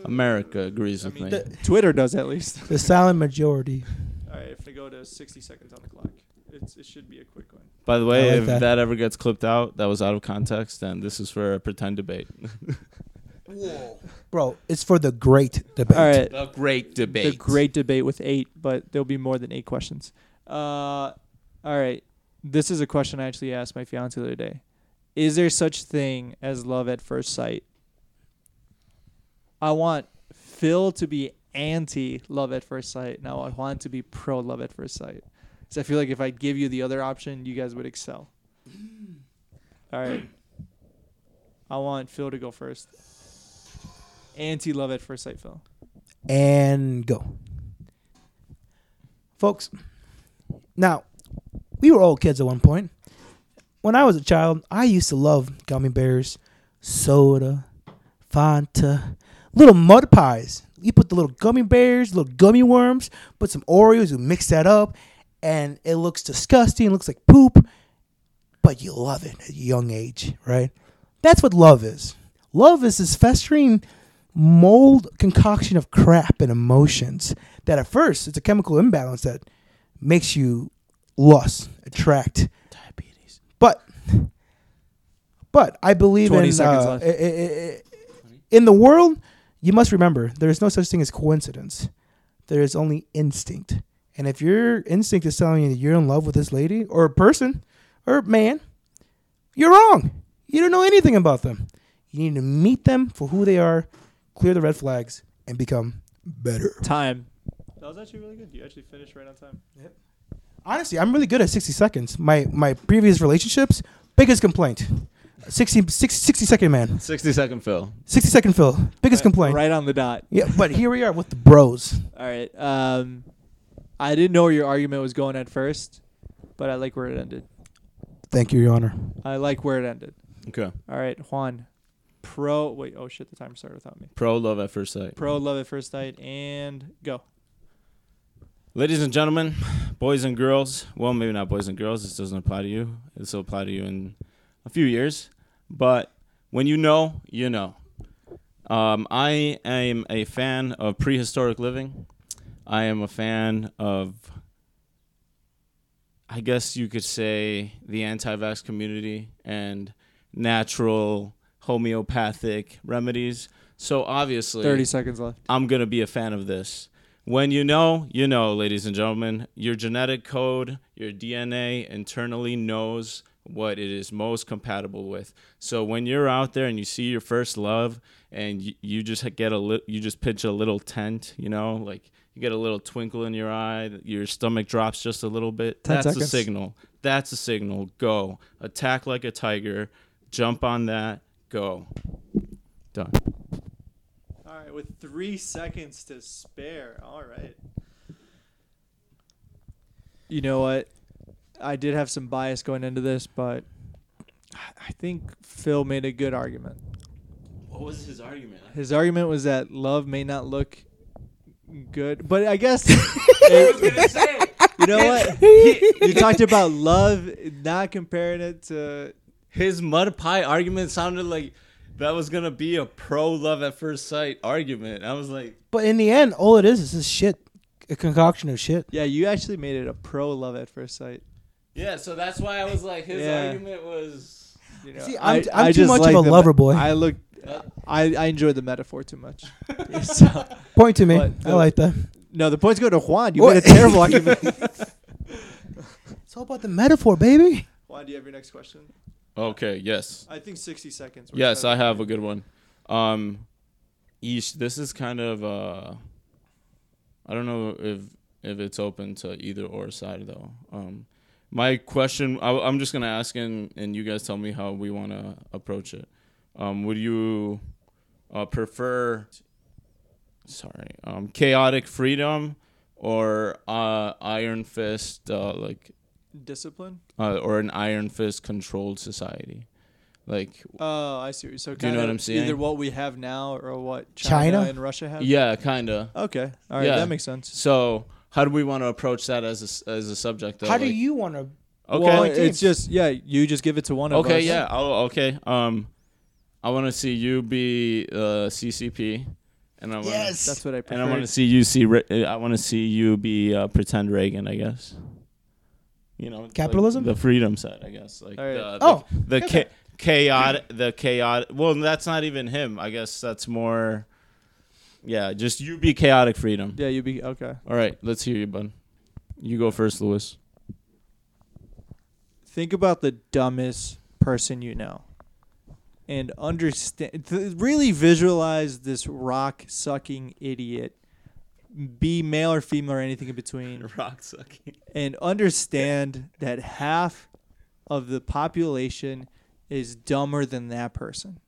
Speaker 9: America agrees with me.
Speaker 7: Twitter does at least.
Speaker 8: The silent majority.
Speaker 7: All right, if they go to 60 seconds on the clock, it's, it should be a quick one.
Speaker 9: By the way,
Speaker 8: I like
Speaker 9: if
Speaker 8: that.
Speaker 9: that. ever gets clipped out, that was out of context, and this is for a pretend debate.
Speaker 8: Whoa. Bro, it's for the great debate.
Speaker 7: All right.
Speaker 9: The great debate.
Speaker 7: The great debate with eight, but there'll be more than eight questions. Uh, all right. This is a question I actually asked my fiance the other day. Is there such thing as love at first sight? I want Phil to be anti love at first sight, and I want Juan to be pro love at first sight. Because I feel like if I give you the other option, you guys would excel. All right. I want Phil to go first. Anti love at first sight, Phil.
Speaker 8: and go. Folks, now, we were all kids at one point. When I was a child, I used to love gummy bears, soda, Fanta, little mud pies. You put the little gummy bears, little gummy worms, put some Oreos, you mix that up, and it looks disgusting, it looks like poop, but you love it at a young age, right? That's what love is. Love is this festering mold concoction of crap and emotions that at first it's a chemical imbalance that makes you lust, attract, diabetes. But but I believe
Speaker 7: 20
Speaker 8: in
Speaker 7: seconds
Speaker 8: uh,
Speaker 7: left.
Speaker 8: i- i- i- in the world you must remember there is no such thing as coincidence. There is only instinct. And if your instinct is telling you that you're in love with this lady or a person or man, you're wrong. You don't know anything about them. You need to meet them for who they are, clear the red flags, and become better.
Speaker 7: Time. That was actually really good. You actually finished right on time. Yep.
Speaker 8: Honestly, I'm really good at 60 seconds. My my previous relationships, biggest complaint. 60, 60, 60 second man.
Speaker 9: 60 second Phil.
Speaker 8: 60 second Phil. Biggest complaint.
Speaker 7: Right on the dot.
Speaker 8: Yeah, but here we are with the bros.
Speaker 7: All right. Um, I didn't know where your argument was going at first, but I like where it ended.
Speaker 8: Thank you, Your Honor.
Speaker 7: I like where it ended.
Speaker 9: Okay.
Speaker 7: All right, Juan. Pro. Wait. Oh shit. The timer started without me.
Speaker 9: Pro love at first sight.
Speaker 7: Pro love at first sight and go.
Speaker 9: Ladies and gentlemen, boys and girls. Well, maybe not boys and girls. This doesn't apply to you. This will apply to you in a few years. But when you know, you know. Um, I am a fan of prehistoric living. I am a fan of, I guess you could say, the anti vax community and natural homeopathic remedies. So obviously,
Speaker 7: 30 seconds left.
Speaker 9: I'm going to be a fan of this. When you know, you know, ladies and gentlemen, your genetic code, your DNA internally knows what it is most compatible with. So when you're out there and you see your first love and you, you just get a li- you just pitch a little tent, you know, like you get a little twinkle in your eye, your stomach drops just a little bit.
Speaker 7: Ten
Speaker 9: That's a
Speaker 7: seconds.
Speaker 9: signal. That's a signal. Go. Attack like a tiger. Jump on that. Go. Done.
Speaker 7: All right, with three seconds to spare. All right. You know what? I did have some bias going into this, but I think Phil made a good argument.
Speaker 9: What was his argument?
Speaker 7: His argument was that love may not look good, but I guess it- you know what? you talked about love, not comparing it to
Speaker 9: His mud pie argument sounded like that was gonna be a pro love at first sight argument. I was like,
Speaker 8: But in the end, all it is is this shit, a concoction of shit.
Speaker 7: yeah. You actually made it a pro love at first sight.
Speaker 9: yeah. So that's why I was like, his
Speaker 7: Yeah.
Speaker 9: argument was. You know,
Speaker 8: See, I'm- I'm too much of
Speaker 7: like
Speaker 8: a
Speaker 7: the-
Speaker 8: lover boy.
Speaker 7: I look, I, I enjoy the metaphor too much. So-
Speaker 8: Point to me.
Speaker 7: but
Speaker 8: I like that.
Speaker 7: No, the points go to Juan. You
Speaker 8: What?
Speaker 7: made a terrible argument.
Speaker 8: It's all about the metaphor, baby.
Speaker 7: Juan, do you have your next question?
Speaker 9: okay. Yes.
Speaker 7: I think 60 seconds.
Speaker 9: Yes, I have a good one. Um, yeesh, this is kind of uh, I don't know if if it's open to either or side though. Um, my question, I, I'm just gonna ask and and you guys tell me how we want to approach it. Um, would you uh, prefer, sorry, um, chaotic freedom or uh, iron fist uh, like
Speaker 7: Discipline?
Speaker 9: uh, or an iron fist controlled society, like
Speaker 7: Oh, I see. what you- So
Speaker 9: Do you know
Speaker 7: kinda
Speaker 9: what I'm saying?
Speaker 7: Either what we have now or what China,
Speaker 9: China?
Speaker 7: and Russia have.
Speaker 9: Yeah, kind of.
Speaker 7: Okay. All right. That makes sense.
Speaker 9: So, how do we want to approach that as a, s- as a subject? Though?
Speaker 8: How do
Speaker 9: Like-
Speaker 8: you want to?
Speaker 9: Okay.
Speaker 7: Well, it's just yeah. You just give it to one of
Speaker 9: okay,
Speaker 7: us.
Speaker 9: yeah. I'll, okay. Um, I want to see you be uh, CCP, and I want
Speaker 7: Yes. That's what I
Speaker 9: And I want
Speaker 7: preferred.
Speaker 9: to see you see. Re- uh, I want to see you be uh, pretend Reagan, I guess. You know, like
Speaker 8: Capitalism?
Speaker 9: the freedom side, I guess. Like
Speaker 7: All right.
Speaker 9: the,
Speaker 8: Oh,
Speaker 9: the, the cha- chaotic, the chaotic. Well, that's not even him. I guess that's more. Yeah, just you be chaotic freedom.
Speaker 7: Yeah. You be okay.
Speaker 9: All right, let's hear you, bud. You go first, Lewis.
Speaker 7: Think about the dumbest person you know, and understand. Th- really visualize this rock sucking idiot, be male or female or anything in between.
Speaker 9: Rock sucking.
Speaker 7: and understand that half of the population is dumber than that person.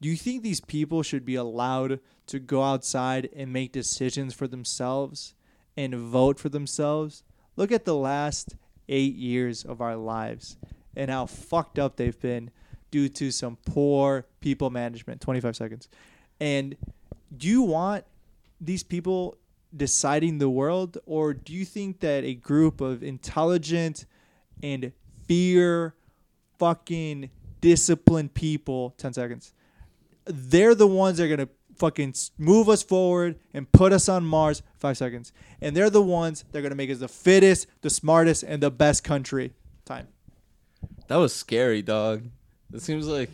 Speaker 7: Do you think these people should be allowed to go outside and make decisions for themselves and vote for themselves? Look at the last eight years of our lives and how fucked up they've been due to some poor people management. 25 seconds. And do you want these people deciding the world, or do you think that a group of intelligent and fear fucking disciplined people, 10 seconds, they're the ones that are going to fucking s- move us forward and put us on Mars, five seconds. And they're the ones that are going to make us the fittest, the smartest, and the best country. Time.
Speaker 9: That was scary, dog. It seems like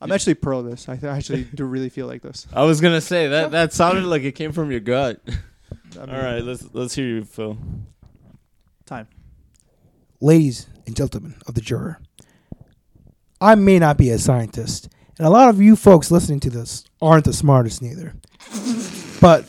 Speaker 7: I'm actually pro this. I th- actually do really feel like this.
Speaker 9: I was gonna say that that sounded like it came from your gut.
Speaker 7: mean-
Speaker 9: All right, let's let's hear you, Phil.
Speaker 7: Time.
Speaker 8: ladies and gentlemen of the juror, I may not be a scientist, and a lot of you folks listening to this aren't the smartest neither. but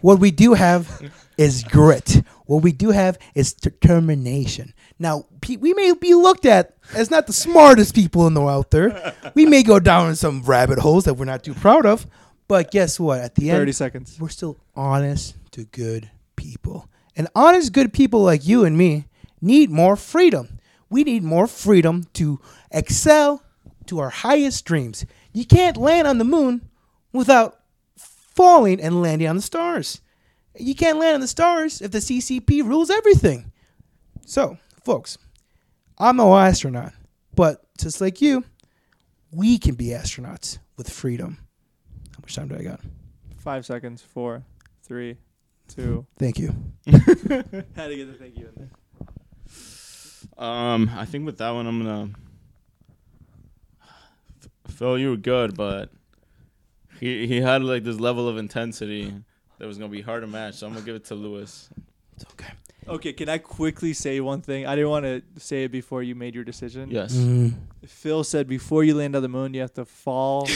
Speaker 8: what we do have is grit. What we do have is determination. Now, pe- we may be looked at as not the smartest people in the world out there. We may go down in some rabbit holes that we're not too proud of. But guess what? At the end,
Speaker 7: 30 seconds.
Speaker 8: We're still honest to good people. And honest, good people like you and me need more freedom. We need more freedom to excel to our highest dreams. You can't land on the moon without falling and landing on the stars. You can't land on the stars if the CCP rules everything. So, folks, I'm no astronaut, but just like you, we can be astronauts with freedom. How much time do I got?
Speaker 7: Five seconds. Four, three, two.
Speaker 8: Thank you.
Speaker 7: Had to get the thank you in there.
Speaker 9: Um, I think with that one, I'm gonna. Phil, you were good, but he he had like this level of intensity that was gonna be hard to match. So I'm gonna give it to Lewis.
Speaker 7: Okay, can I quickly say one thing? I didn't want to say it before you made your decision.
Speaker 9: Yes.
Speaker 8: Mhm.
Speaker 7: Phil said before you land on the moon, you have to fall,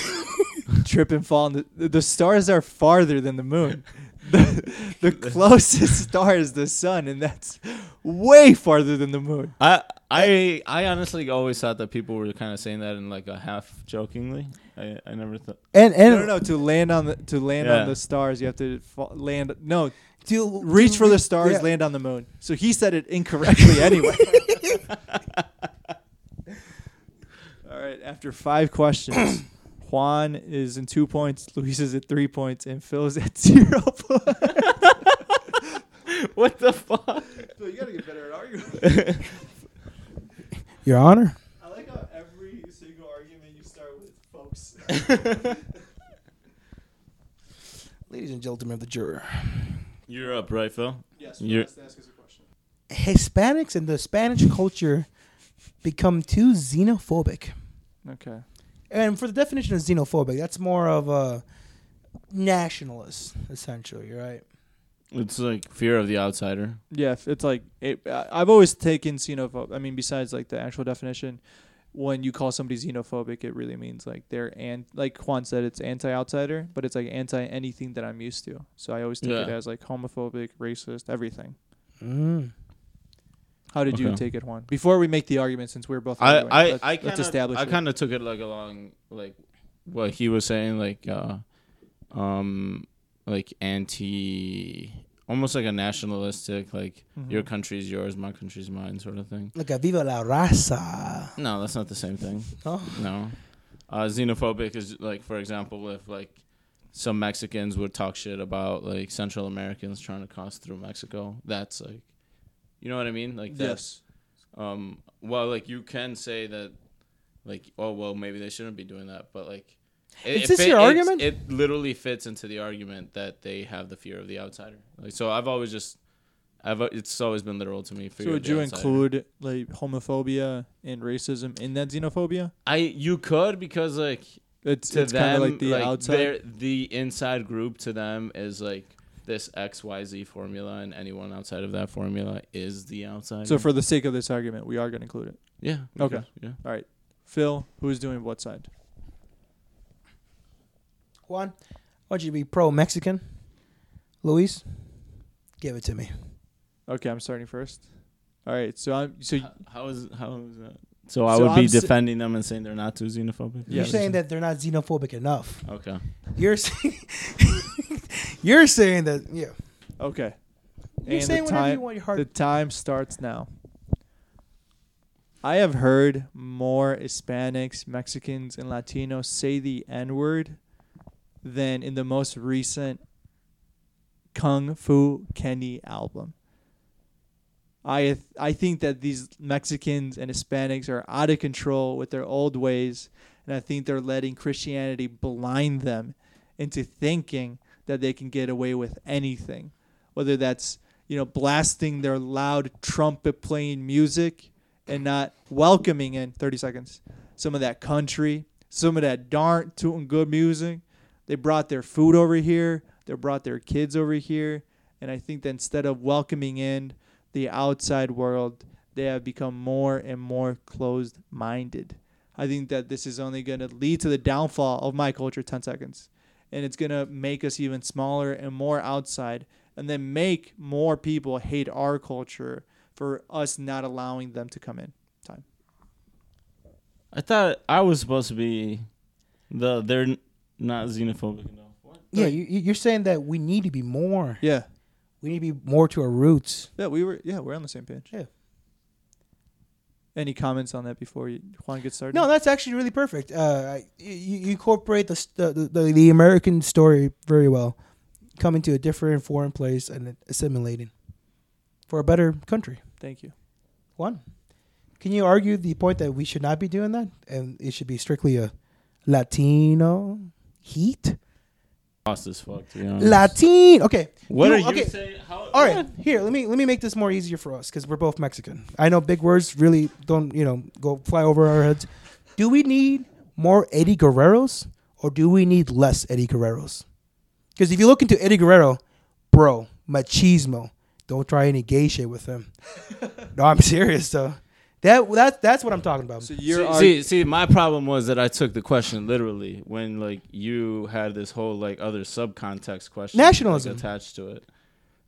Speaker 7: trip and fall. And the, the stars are farther than the moon. The, the closest star is the sun, and that's way farther than the moon.
Speaker 9: I I I honestly always thought that people were kind of saying that in like a half jokingly. I, I never thought.
Speaker 7: no, no, no, to land on the to land
Speaker 9: Yeah.
Speaker 7: on the stars, you have to fall, land. No,
Speaker 8: to
Speaker 7: reach
Speaker 8: to
Speaker 7: for
Speaker 8: re-
Speaker 7: the stars,
Speaker 8: yeah.
Speaker 7: land on the moon. So he said it incorrectly anyway. All right, after five questions, Juan is in two points, Luis is at three points, and Phil is at zero points.
Speaker 9: what the fuck?
Speaker 7: Phil, you gotta get better at arguing.
Speaker 8: Your Honor.
Speaker 7: I like how every single argument you start with folks.
Speaker 8: Ladies and gentlemen of the juror,
Speaker 9: You're up, right, Phil?
Speaker 7: Yes.
Speaker 9: You're,
Speaker 8: Hispanics and the Spanish culture become too xenophobic.
Speaker 7: okay.
Speaker 8: And for the definition of xenophobic, that's more of a nationalist, essentially, right?
Speaker 9: it's like fear of the outsider.
Speaker 7: Yeah, if it's like it, I- I've always taken xenophobe. I mean, besides like the actual definition, when you call somebody xenophobic, it really means like they're and like Juan said, it's anti-outsider, but it's like anti anything that I'm used to. So I always take it
Speaker 9: Yeah.
Speaker 7: as like homophobic, racist, everything.
Speaker 8: Mm.
Speaker 7: How did you
Speaker 9: Okay.
Speaker 7: take it, Juan? Before we make the argument, since we're both
Speaker 9: I
Speaker 7: arguing,
Speaker 9: I
Speaker 7: let's,
Speaker 9: I
Speaker 7: let's
Speaker 9: kind
Speaker 7: establish.
Speaker 9: of I
Speaker 7: it.
Speaker 9: kind of took it like along like what he was saying like uh um like anti almost like a nationalistic like your
Speaker 7: Mm-hmm.
Speaker 9: country's yours my country's mine sort of thing
Speaker 8: Like a viva la raza.
Speaker 9: No, that's not the same thing.
Speaker 8: No?
Speaker 9: No. Uh, xenophobic is like, for example, if like some Mexicans would talk shit about like Central Americans trying to cross through Mexico. That's like, you know what I mean? Like, that's, Um, well, like you can say that, like, oh well, maybe they shouldn't be doing that, but like.
Speaker 8: Is
Speaker 9: it
Speaker 8: this
Speaker 9: fit-
Speaker 8: your
Speaker 9: it's-
Speaker 8: argument?
Speaker 9: It literally fits into the argument that they have the fear of the outsider. Like, so I've always just, I've it's always been literal to me. fear
Speaker 7: so
Speaker 9: of
Speaker 7: would
Speaker 9: the
Speaker 7: you
Speaker 9: outsider.
Speaker 7: include like homophobia and racism in that xenophobia?
Speaker 9: I you could because like
Speaker 7: It's-
Speaker 9: to
Speaker 7: it's kinda
Speaker 9: them
Speaker 7: like
Speaker 9: like
Speaker 7: the
Speaker 9: the
Speaker 7: outside-
Speaker 9: the inside group to them is like this X Y Z formula, and anyone outside of that formula is the outside.
Speaker 7: So for the sake of this argument, we are going to include it.
Speaker 9: Yeah, we
Speaker 7: Okay.
Speaker 9: could, yeah.
Speaker 7: All right. Phil, who's doing what side?
Speaker 8: Juan, why don't you be pro Mexican? Luis, give it to me.
Speaker 7: Okay, I'm starting first. All right. So I'm so y-
Speaker 9: how is how is that? so I
Speaker 7: So
Speaker 9: would be
Speaker 7: I'm si-
Speaker 9: defending them and saying they're not too xenophobic.
Speaker 8: You're saying that they're not xenophobic enough.
Speaker 9: Okay.
Speaker 8: You're saying, you're saying that, yeah.
Speaker 7: okay.
Speaker 8: You're
Speaker 7: the
Speaker 8: saying whatever you
Speaker 7: time-
Speaker 8: want your heart-
Speaker 7: The time starts now. I have heard more Hispanics, Mexicans, and Latinos say the N word than in the most recent Kung Fu Kenny album. I I think that these Mexicans and Hispanics are out of control with their old ways, and I think they're letting Christianity blind them into thinking that they can get away with anything, whether that's you know blasting their loud trumpet playing music and not welcoming in 30 seconds some of that country, some of that darn tootin' good music. They brought their food over here. They brought their kids over here. And I think that instead of welcoming in the outside world, they have become more and more closed minded. I think that this is only going to lead to the downfall of my culture 10 seconds. And it's going to make us even smaller and more outside. and then make more people hate our culture for us not allowing them to come in time.
Speaker 9: I thought I was supposed to be the they're n- not xenophobic enough.
Speaker 8: Yeah, you, you- you're saying that we need to be more.
Speaker 7: Yeah.
Speaker 8: We need to be more to our roots.
Speaker 7: Yeah, we were. Yeah, we're on the same page.
Speaker 8: Yeah.
Speaker 7: Any comments on that before you, Juan gets started?
Speaker 8: No, that's actually really perfect. Uh, I- you, you incorporate the, st- the, the the American story very well, coming to a different foreign place and assimilating for a better country.
Speaker 7: Thank you.
Speaker 8: One, can you argue the point that we should not be doing that and it should be strictly a Latino heat?
Speaker 9: Lost as fuck. To be honest.
Speaker 8: Latin. Okay.
Speaker 9: What are you
Speaker 8: okay.
Speaker 9: saying? How-
Speaker 8: All right. Here, let me let me make this more easier for us because we're both Mexican. I know big words really don't you know go fly over our heads. Do we need more Eddie Guerreros or do we need less Eddie Guerreros? Because if you look into Eddie Guerrero, bro, machismo. Don't try any gay shit with him. no, I'm serious though. That that that's what I'm talking about. So
Speaker 9: see, see, see, my problem was that I took the question literally when like you had this whole like other subcontext question like,
Speaker 8: Nationalism.
Speaker 9: attached to it.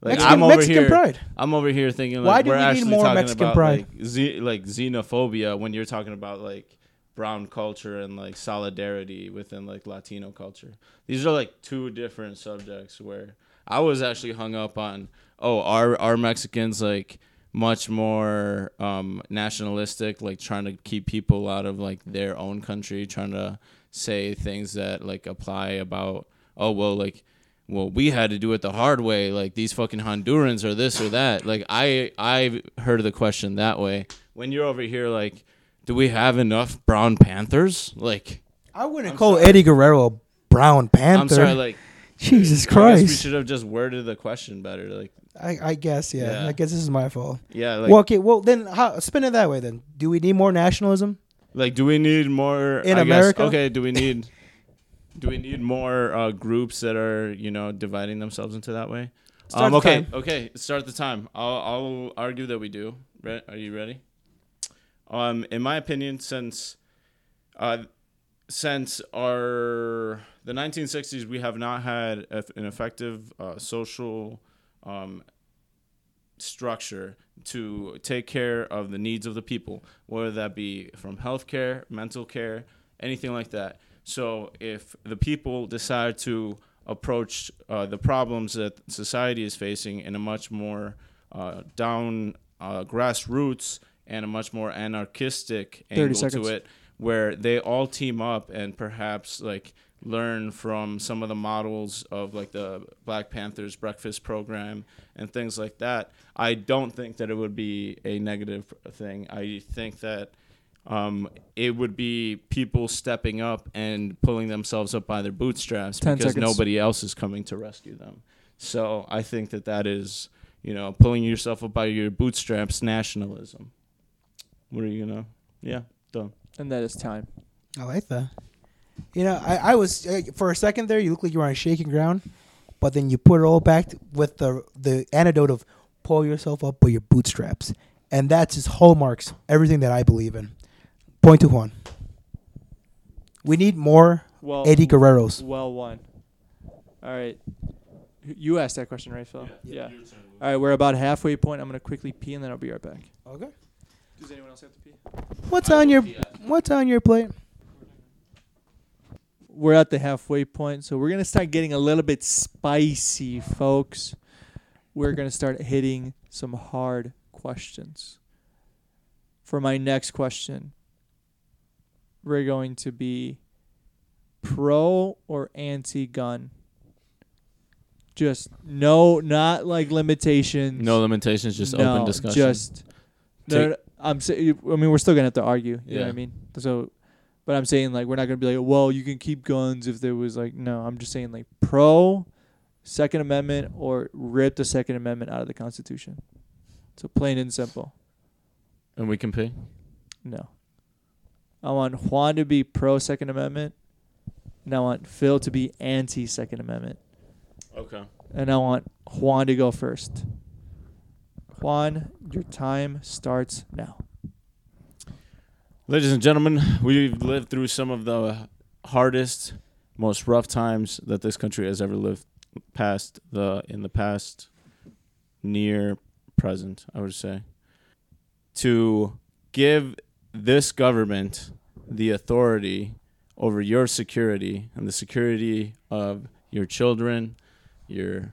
Speaker 9: Like
Speaker 8: Mexican-
Speaker 9: I'm over
Speaker 8: Mexican
Speaker 9: here,
Speaker 8: pride.
Speaker 9: I'm over here thinking like
Speaker 8: Why do
Speaker 9: we're
Speaker 8: we need
Speaker 9: actually
Speaker 8: more
Speaker 9: talking
Speaker 8: Mexican
Speaker 9: about
Speaker 8: pride?
Speaker 9: like ze- like xenophobia when you're talking about like brown culture and like solidarity within like Latino culture. These are like two different subjects where I was actually hung up on oh are are Mexicans like much more um nationalistic like trying to keep people out of like their own country trying to say things that like apply about oh well like well we had to do it the hard way like these fucking hondurans or this or that like i i've heard of the question that way when you're over here like do we have enough brown panthers like
Speaker 8: I wouldn't call Eddie Guerrero a brown panther.
Speaker 9: i'm sorry like
Speaker 8: Jesus
Speaker 9: I guess we
Speaker 8: Christ.
Speaker 9: should have just worded the question better like
Speaker 8: I, I guess, yeah.
Speaker 9: Yeah.
Speaker 8: I guess this is my fault.
Speaker 9: Yeah, like-
Speaker 8: well, okay. Well, then how, spin it that way. Then, do we need more nationalism?
Speaker 9: Like, do we need more
Speaker 8: In
Speaker 9: I guess-
Speaker 8: America?
Speaker 9: okay, do we need do we need more uh, groups that are you know dividing themselves into that way?
Speaker 6: Start
Speaker 9: um,
Speaker 6: the
Speaker 9: okay,
Speaker 6: time.
Speaker 9: okay, start the time. I'll, I'll argue that we do. Re- Are you ready? Um, in my opinion, since uh, since our the 1960s, we have not had eff- an effective uh, social um, structure to take care of the needs of the people, whether that be from healthcare, mental care, anything like that. So if the people decide to approach uh, the problems that society is facing in a much more uh, down uh, grassroots and a much more anarchistic
Speaker 7: 30
Speaker 9: angle
Speaker 7: seconds.
Speaker 9: to it, where they all team up and perhaps like learn from some of the models of like the Black Panthers breakfast program and things like that. I don't think that it would be a negative thing. I think that um, it would be people stepping up and pulling themselves up by their bootstraps
Speaker 7: 10
Speaker 9: because
Speaker 7: seconds.
Speaker 9: nobody else is coming to rescue them. So I think that that is, you know, pulling yourself up by your bootstraps nationalism. What are you gonna? Yeah, done.
Speaker 7: And that is time.
Speaker 8: I like that. You know, I, I was uh, for a second there. You look like you were on shaking ground, but then you put it all back t- with the the antidote of pull yourself up by your bootstraps, and that's his hallmarks. Everything that I believe in. Point to Juan. We need more
Speaker 7: Well,
Speaker 8: Eddie Guerreros.
Speaker 7: Well won. All right. You asked that question, right, Phil? Yeah. All right, we're about halfway point. I'm gonna quickly pee and then I'll be right back.
Speaker 8: Okay.
Speaker 7: Does anyone else have to pee?
Speaker 8: What's on your What's on your plate?
Speaker 7: We're at the halfway point, so we're gonna start getting a little bit spicy, folks. We're gonna start hitting some hard questions. For my next question, we're going to be pro or anti-gun. Just no, not like limitations.
Speaker 9: No limitations, just open discussion.
Speaker 7: Just no,
Speaker 9: Take-
Speaker 7: no, I'm saying. I mean, we're still gonna have to argue. You know what I
Speaker 9: Yeah.
Speaker 7: mean? So, but I'm saying like we're not gonna be like, well, you can keep guns if there was like no. I'm just saying like pro Second Amendment or rip the Second Amendment out of the Constitution. So plain and simple.
Speaker 9: And we can pay.
Speaker 7: No. I want Juan to be pro Second Amendment, and I want Phil to be anti Second Amendment.
Speaker 9: Okay.
Speaker 7: And I want Juan to go first. Juan, your time starts now.
Speaker 9: Ladies and gentlemen, we've lived through some of the hardest, most rough times that this country has ever lived past the in the past near present, I would say, to give this government the authority over your security and the security of your children, your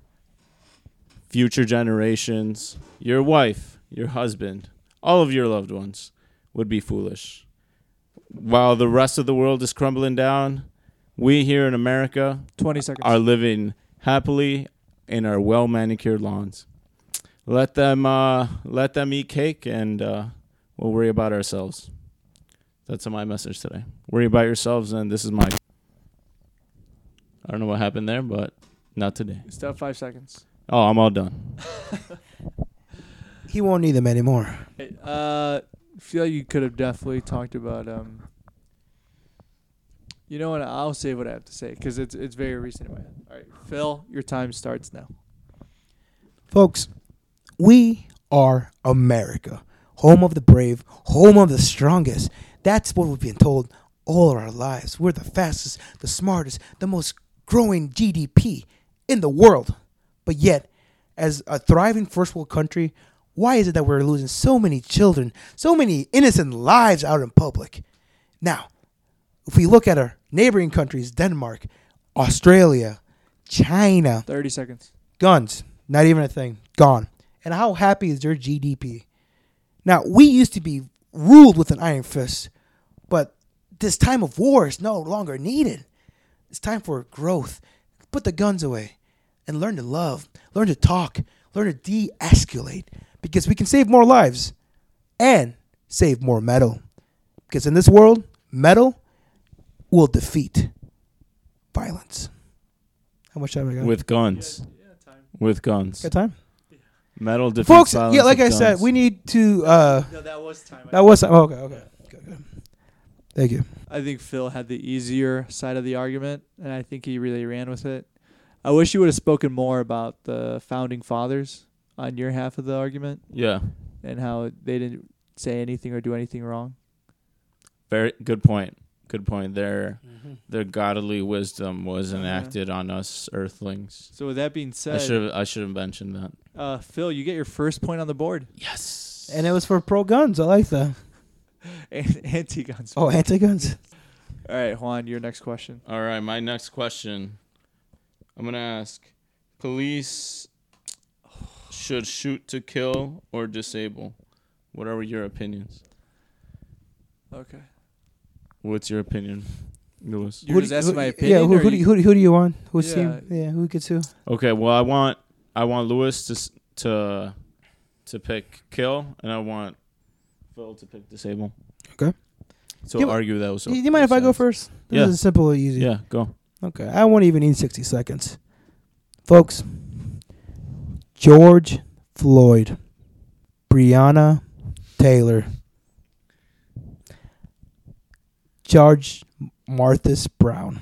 Speaker 9: future generations, your wife, your husband, all of your loved ones would be foolish. While the rest of the world is crumbling down, we here in America
Speaker 7: 20 seconds.
Speaker 9: are living happily in our well manicured lawns. Let them uh, let them eat cake and uh, we'll worry about ourselves. That's my message today. Worry about yourselves and this is my I don't know what happened there, but not today.
Speaker 7: Still have five seconds.
Speaker 9: Oh, I'm all done.
Speaker 8: He won't need them anymore.
Speaker 7: Hey, uh, I feel like you could have definitely talked about. Um, you know what? I'll say what I have to say because it's it's very recent in my head. All right, Phil, your time starts now.
Speaker 8: Folks, we are America, home of the brave, home of the strongest. That's what we've been told all our lives. We're the fastest, the smartest, the most growing GDP in the world. But yet, as a thriving first world country, why is it that we're losing so many children, so many innocent lives out in public? Now, if we look at our neighboring countries, Denmark, Australia, China,
Speaker 7: Thirty seconds.
Speaker 8: guns, not even a thing, gone. And how happy is their GDP? Now, we used to be ruled with an iron fist, but this time of war is no longer needed. It's time for growth. Put the guns away and learn to love, learn to talk, learn to de escalate because we can save more lives and save more metal. Because in this world, metal will defeat violence. How much time I got?
Speaker 9: With guns. With guns.
Speaker 8: Got time?
Speaker 9: Metal defeats
Speaker 8: folks
Speaker 9: violence
Speaker 8: yeah like i
Speaker 9: with
Speaker 8: said
Speaker 9: guns.
Speaker 8: we need to uh
Speaker 7: No, that was time.
Speaker 8: that was time. okay okay Good, good. thank you
Speaker 7: I think Phil had the easier side of the argument, and I think he really ran with it. I wish you would have spoken more about the founding fathers on your half of the argument.
Speaker 9: Yeah.
Speaker 7: And how they didn't say anything or do anything wrong.
Speaker 9: Very good point. Good point. Their
Speaker 3: Mm-hmm.
Speaker 9: their godly wisdom was enacted on us earthlings.
Speaker 7: So with that being
Speaker 9: I
Speaker 7: said-
Speaker 9: should I should have mentioned that.
Speaker 7: Uh, Phil, you get your first point on the board.
Speaker 9: Yes.
Speaker 8: and it was for pro guns i like that
Speaker 7: anti guns.
Speaker 8: oh anti-guns
Speaker 7: All right, Juan, your next question.
Speaker 9: All right, my next question. I'm gonna ask: Police should shoot to kill or disable? What are your opinions?
Speaker 7: Okay.
Speaker 9: What's your opinion, Lewis?
Speaker 7: You were just asking my opinion.
Speaker 8: yeah who,
Speaker 7: or
Speaker 8: who, do you, who, do- who do you want who's
Speaker 7: Yeah.
Speaker 8: team yeah who gets who
Speaker 9: Okay, well, I want I want Lewis to s- to to pick kill, and I want Phil to pick disable.
Speaker 8: Okay.
Speaker 9: So
Speaker 8: Do you-
Speaker 9: argue those.
Speaker 8: do you mind if i go first this
Speaker 9: Yeah.
Speaker 8: is simple and easy
Speaker 9: Yeah, go.
Speaker 8: okay i won't even need 60 seconds folks george floyd breonna taylor George Marthas Brown.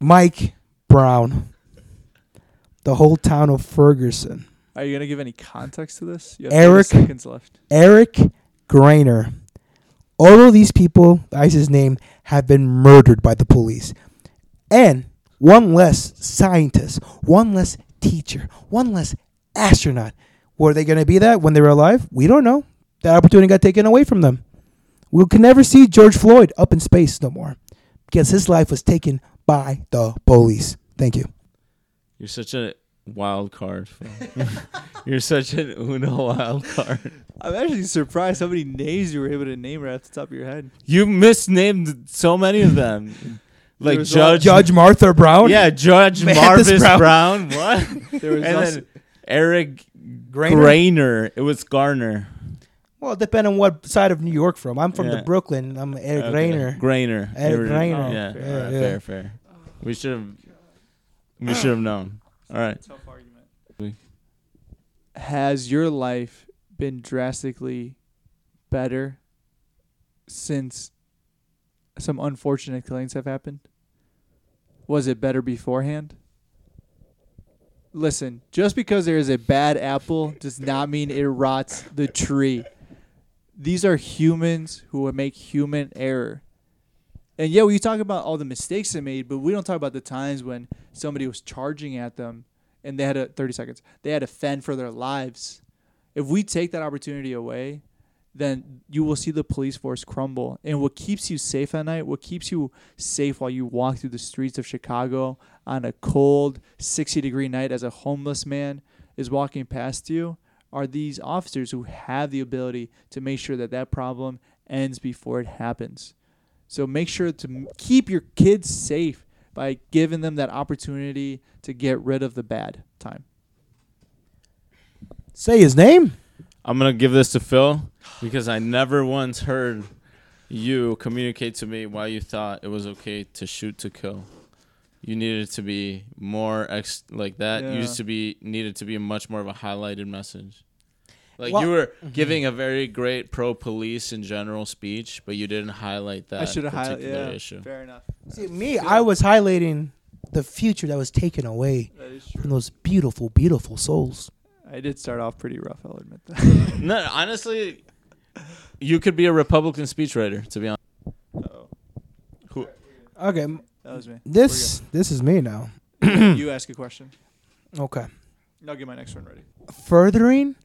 Speaker 8: Mike Brown. The whole town of Ferguson.
Speaker 7: Are you going to give any context to this? You have 30
Speaker 8: Eric
Speaker 7: seconds left.
Speaker 8: Eric Grainer. All of these people, ISIS name, have been murdered by the police. And one less scientist, one less teacher, one less astronaut. Were they going to be that when they were alive? We don't know. That opportunity got taken away from them. We can never see George Floyd up in space no more because his life was taken by the police. Thank you.
Speaker 9: You're such a wild card. Phil. You're such an Uno wild card.
Speaker 7: I'm actually surprised how many names you were able to name right off the top of your head.
Speaker 9: You misnamed so many of them. Like
Speaker 7: was
Speaker 9: Judge
Speaker 8: Judge Martha Brown?
Speaker 9: Yeah, Judge
Speaker 8: Mathis
Speaker 9: Marvis Brown.
Speaker 8: Brown.
Speaker 9: What?
Speaker 8: There was
Speaker 9: and
Speaker 8: also-
Speaker 9: then Eric
Speaker 8: Grainer?
Speaker 9: Grainer? It was Garner.
Speaker 8: Well, depending on what side of New York from. I'm from
Speaker 9: Yeah.
Speaker 8: the Brooklyn. I'm Eric
Speaker 9: Okay.
Speaker 8: Grainer.
Speaker 9: Grainer.
Speaker 8: Eric
Speaker 9: Every-
Speaker 8: Grainer.
Speaker 9: Yeah,
Speaker 8: Yeah,
Speaker 9: all right,
Speaker 8: yeah.
Speaker 9: fair, fair. We should have. We should have known. All right.
Speaker 7: Has your life been drastically better since some unfortunate killings have happened? Was it better beforehand? Listen, just because there is a bad apple does not mean it rots the tree. These are humans who would make human error. And yeah, we talk about all the mistakes they made, but we don't talk about the times when somebody was charging at them and they had to 30 seconds. They had to fend for their lives. If we take that opportunity away, then you will see the police force crumble. And what keeps you safe at night, what keeps you safe while you walk through the streets of Chicago on a cold 60 degree night as a homeless man is walking past you, are these officers who have the ability to make sure that that problem ends before it happens. So make sure to m- keep your kids safe by giving them that opportunity to get rid of the bad time.
Speaker 8: Say his name.
Speaker 9: I'm gonna give this to Phil because I never once heard you communicate to me why you thought it was okay to shoot to kill. You needed to be more ex like that.
Speaker 7: Yeah.
Speaker 9: Used to be needed to be much more of a highlighted message. Like
Speaker 7: Well- Mm-hmm.
Speaker 9: you were giving a very great pro police in general speech, but you didn't highlight that
Speaker 7: I should have highlighted.
Speaker 9: particular
Speaker 7: Yeah,
Speaker 9: issue.
Speaker 7: fair enough.
Speaker 8: See, Me, I was highlighting the future that was taken away from those beautiful, beautiful souls.
Speaker 7: I did start off pretty rough. I'll admit that.
Speaker 9: No, honestly, you could be a Republican speechwriter. To be honest, Who-
Speaker 8: Okay. m-
Speaker 7: That was me.
Speaker 8: This this is me now.
Speaker 7: you ask a question.
Speaker 8: Okay.
Speaker 7: And I'll get my next one ready.
Speaker 8: Furthering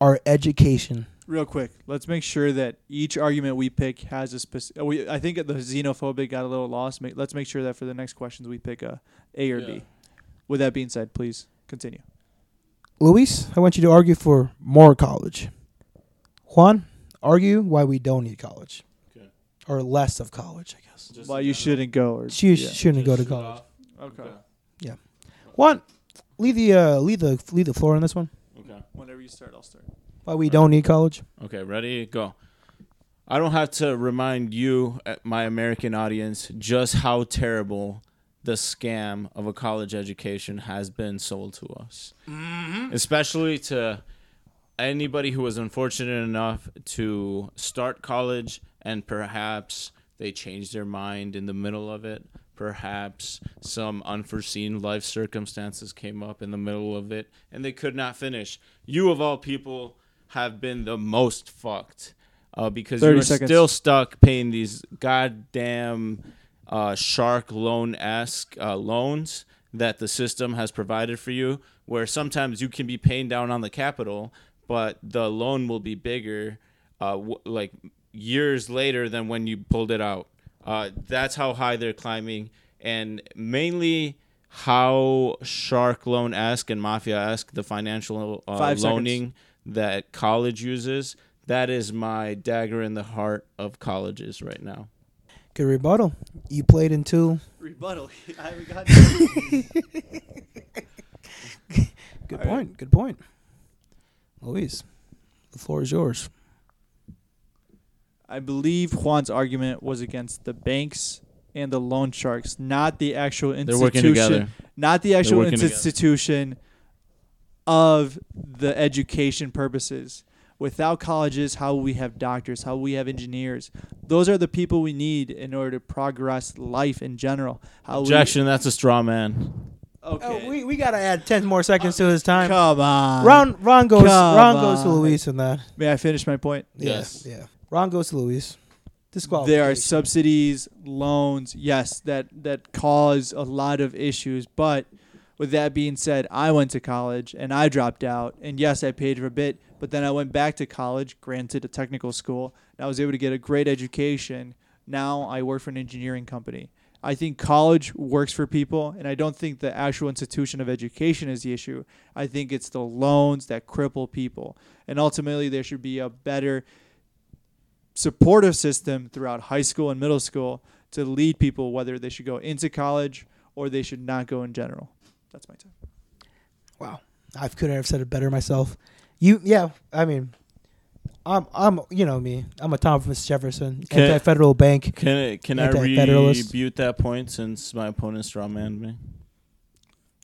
Speaker 8: our education.
Speaker 7: Real quick, let's make sure that each argument we pick has a specific. We, I think the xenophobic got a little lost. Ma- Let's make sure that for the next questions we pick a A or B. With that being said, please continue.
Speaker 8: Luis, I want you to argue for more college. Juan, argue why we don't need college. Or less of college, I guess.
Speaker 7: Why you shouldn't go or
Speaker 8: She shouldn't go to college.
Speaker 7: Okay.
Speaker 8: Yeah. Juan, leave the uh, leave the leave the floor on this one.
Speaker 9: Okay.
Speaker 7: Whenever you start, I'll start.
Speaker 8: Why we don't need college.
Speaker 9: Okay, ready, go. I don't have to remind you, uh, my American audience, just how terrible the scam of a college education has been sold to us. Especially to anybody who was unfortunate enough to start college and perhaps they changed their mind in the middle of it. Perhaps some unforeseen life circumstances came up in the middle of it and they could not finish. You, of all people, have been the most fucked uh, because you
Speaker 7: 30
Speaker 9: are
Speaker 7: seconds.
Speaker 9: still stuck paying these goddamn uh, shark loan esque uh, loans that the system has provided for you, where sometimes you can be paying down on the capital, but the loan will be bigger uh, w- like years later than when you pulled it out. Uh, that's how high they're climbing, and mainly how shark loan esque and mafia esque the financial uh,
Speaker 7: Five seconds.
Speaker 9: loaning that college uses. That is my dagger in the heart of colleges right now.
Speaker 8: Good rebuttal. You played in two.
Speaker 7: Rebuttal. I haven't gotten.
Speaker 8: Good point. Good point. Luis, the floor is yours.
Speaker 7: I believe Juan's argument was against the banks and the loan sharks, not the actual
Speaker 9: They're
Speaker 7: institution.
Speaker 9: working together.
Speaker 7: Not the
Speaker 9: They're
Speaker 7: actual
Speaker 9: working together.
Speaker 7: institution of the education purposes. Without colleges, how will we have doctors? How will we have engineers? Those are the people we need in order to progress life in general. How we-
Speaker 9: Objection, that's a straw man.
Speaker 8: Oh, we, we gotta add ten more seconds to his time.
Speaker 7: Uh, Come on.
Speaker 8: Ron Ron goes
Speaker 7: Come
Speaker 8: Ron goes to
Speaker 7: on.
Speaker 8: Luis in that.
Speaker 7: May I finish my point?
Speaker 8: Yes. Yeah. Ron goes to Luis. Disqualified.
Speaker 7: there are subsidies, loans, yes, that that cause a lot of issues. But with that being said, I went to college and I dropped out, and yes, I paid for a bit, but then I went back to college, granted a technical school, and I was able to get a great education. Now I work for an engineering company. I think college works for people, and I don't think the actual institution of education is the issue. I think it's the loans that cripple people, and ultimately there should be a better supportive system throughout high school and middle school to lead people whether they should go into college or they should not go in general. That's my time.
Speaker 8: Wow. I couldn't have said it better myself. You yeah, I mean I'm I'm you know me. I'm a Thomas Jefferson,
Speaker 9: Can-
Speaker 8: anti federal bank.
Speaker 9: Can can I
Speaker 8: Anti-federalist.
Speaker 9: rebut that point since my opponent straw manned me?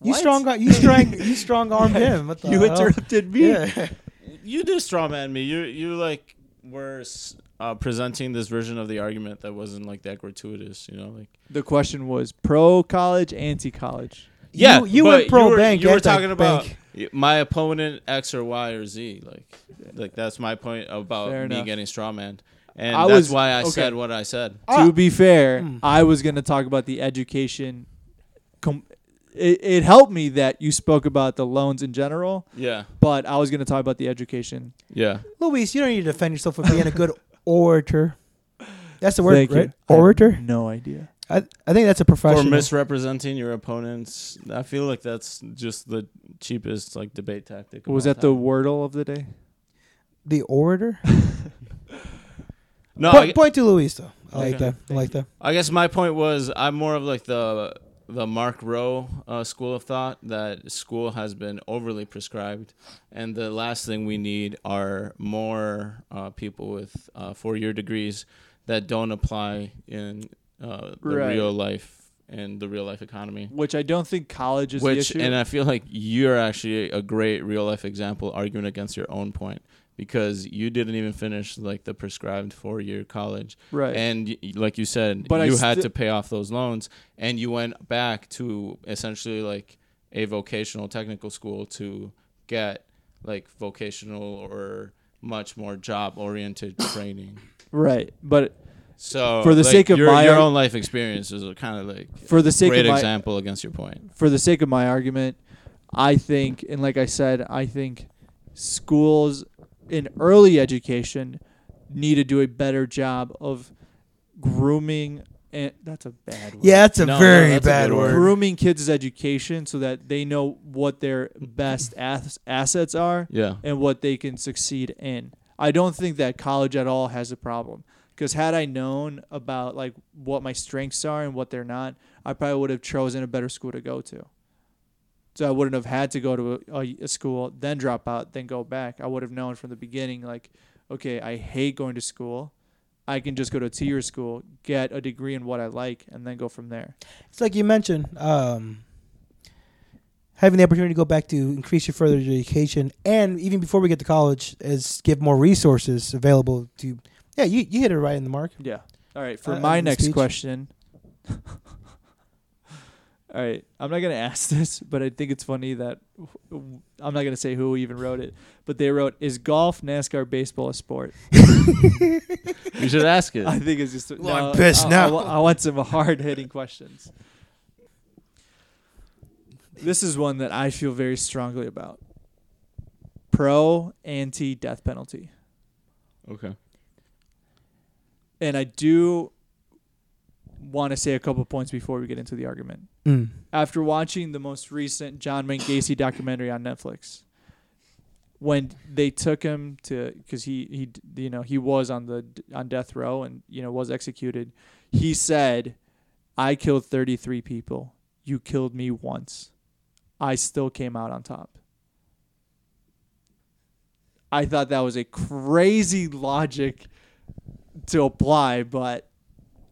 Speaker 8: You strong you strong you strong armed him. What the
Speaker 7: You
Speaker 8: hell?
Speaker 7: interrupted me.
Speaker 8: Yeah.
Speaker 9: You did straw man me. You you like were s- uh, presenting this version of the argument that wasn't like that gratuitous. You know, like
Speaker 7: The question was pro college, anti college.
Speaker 9: yeah,
Speaker 8: You- you
Speaker 9: but
Speaker 8: went pro
Speaker 9: you were,
Speaker 8: bank,
Speaker 9: You were
Speaker 8: anti-bank.
Speaker 9: talking about my opponent X or Y or Z. Like like that's my point about
Speaker 7: Fair
Speaker 9: me
Speaker 7: enough.
Speaker 9: getting straw manned, and
Speaker 7: I
Speaker 9: that's
Speaker 7: was-
Speaker 9: why I
Speaker 7: okay.
Speaker 9: said what I said.
Speaker 8: Ah. Hmm.
Speaker 7: to be fair, I was going to talk about the education com- it, it helped me that you spoke about the loans in general.
Speaker 9: Yeah.
Speaker 7: But I was going to talk about the education.
Speaker 9: Yeah.
Speaker 8: Luis, you don't need to defend yourself for being a good orator. That's the word,
Speaker 7: Thank you.
Speaker 8: right?
Speaker 7: I have
Speaker 8: Orator?
Speaker 7: no idea.
Speaker 8: I, I think that's a professional.
Speaker 9: For misrepresenting your opponents, I feel like that's just the cheapest like debate tactic. of
Speaker 7: Was
Speaker 9: all
Speaker 7: that the
Speaker 9: time.
Speaker 7: wordle of the day?
Speaker 8: the orator?
Speaker 9: No,
Speaker 8: point,
Speaker 9: I-
Speaker 8: point to Luis, though. I like
Speaker 9: Okay.
Speaker 8: that. I like that.
Speaker 9: I guess my point was I'm more of like the the Mark Rowe uh, school of thought that school has been overly prescribed, and the last thing we need are more uh, people with uh, four year degrees that don't apply in uh, the
Speaker 7: Right.
Speaker 9: real life and the real life economy.
Speaker 7: Which I don't think college is the
Speaker 9: Which
Speaker 7: issue.
Speaker 9: and I feel like you're actually a great real life example arguing against your own point because you didn't even finish like the prescribed four year college.
Speaker 7: Right.
Speaker 9: And y- y- like you said,
Speaker 7: But I
Speaker 9: you had
Speaker 7: sti-
Speaker 9: to pay off those loans and you went back to essentially like a vocational technical school to get like vocational or much more job oriented training.
Speaker 7: Right, but
Speaker 9: So
Speaker 7: for the
Speaker 9: like,
Speaker 7: sake of
Speaker 9: your,
Speaker 7: my
Speaker 9: your
Speaker 7: ar-
Speaker 9: own life experiences are kind of like
Speaker 7: For the sake of
Speaker 9: great
Speaker 7: my-
Speaker 9: example against your point.
Speaker 7: for the sake of my argument, I think, and like I said, I think schools in early education need to do a better job of grooming. And that's a bad word.
Speaker 8: Yeah, that's a No, no, very that's a bad good word. word.
Speaker 7: Grooming kids' education so that they know what their best ass- assets are
Speaker 9: Yeah.
Speaker 7: and what they can succeed in. I don't think that college at all has a problem because had I known about like what my strengths are and what they're not, I probably would have chosen a better school to go to. So I wouldn't have had to go to a, a, a school, then drop out, then go back. I would have known from the beginning, like, okay, I hate going to school. I can just go to a two-year school, get a degree in what I like, and then go from there.
Speaker 8: It's like you mentioned, um, having the opportunity to go back to increase your further education, and even before we get to college, is give more resources available to. Yeah, you, you hit it right in the mark.
Speaker 7: Yeah. All right. For
Speaker 8: Uh,
Speaker 7: my
Speaker 8: in the
Speaker 7: next
Speaker 8: speech.
Speaker 7: question. All right. I'm not gonna ask this, but I think it's funny that I'm not gonna say who even wrote it, but they wrote, "Is golf, NASCAR, baseball a sport?"
Speaker 9: You should ask it.
Speaker 7: I think it's just.
Speaker 8: Well, I'm
Speaker 7: no,
Speaker 8: pissed
Speaker 7: I- I
Speaker 8: now.
Speaker 7: wa- I want some hard hitting questions. This is one that I feel very strongly about. Pro anti death penalty.
Speaker 9: Okay.
Speaker 7: and I do want to say a couple points before we get into the argument.
Speaker 8: Mm.
Speaker 7: After watching the most recent John Wayne Gacy documentary on Netflix, when they took him to because he he d- you know he was on the on death row and you know was executed, he said, "I killed 33 people. You killed me once. I still came out on top." I thought that was a crazy logic to apply, but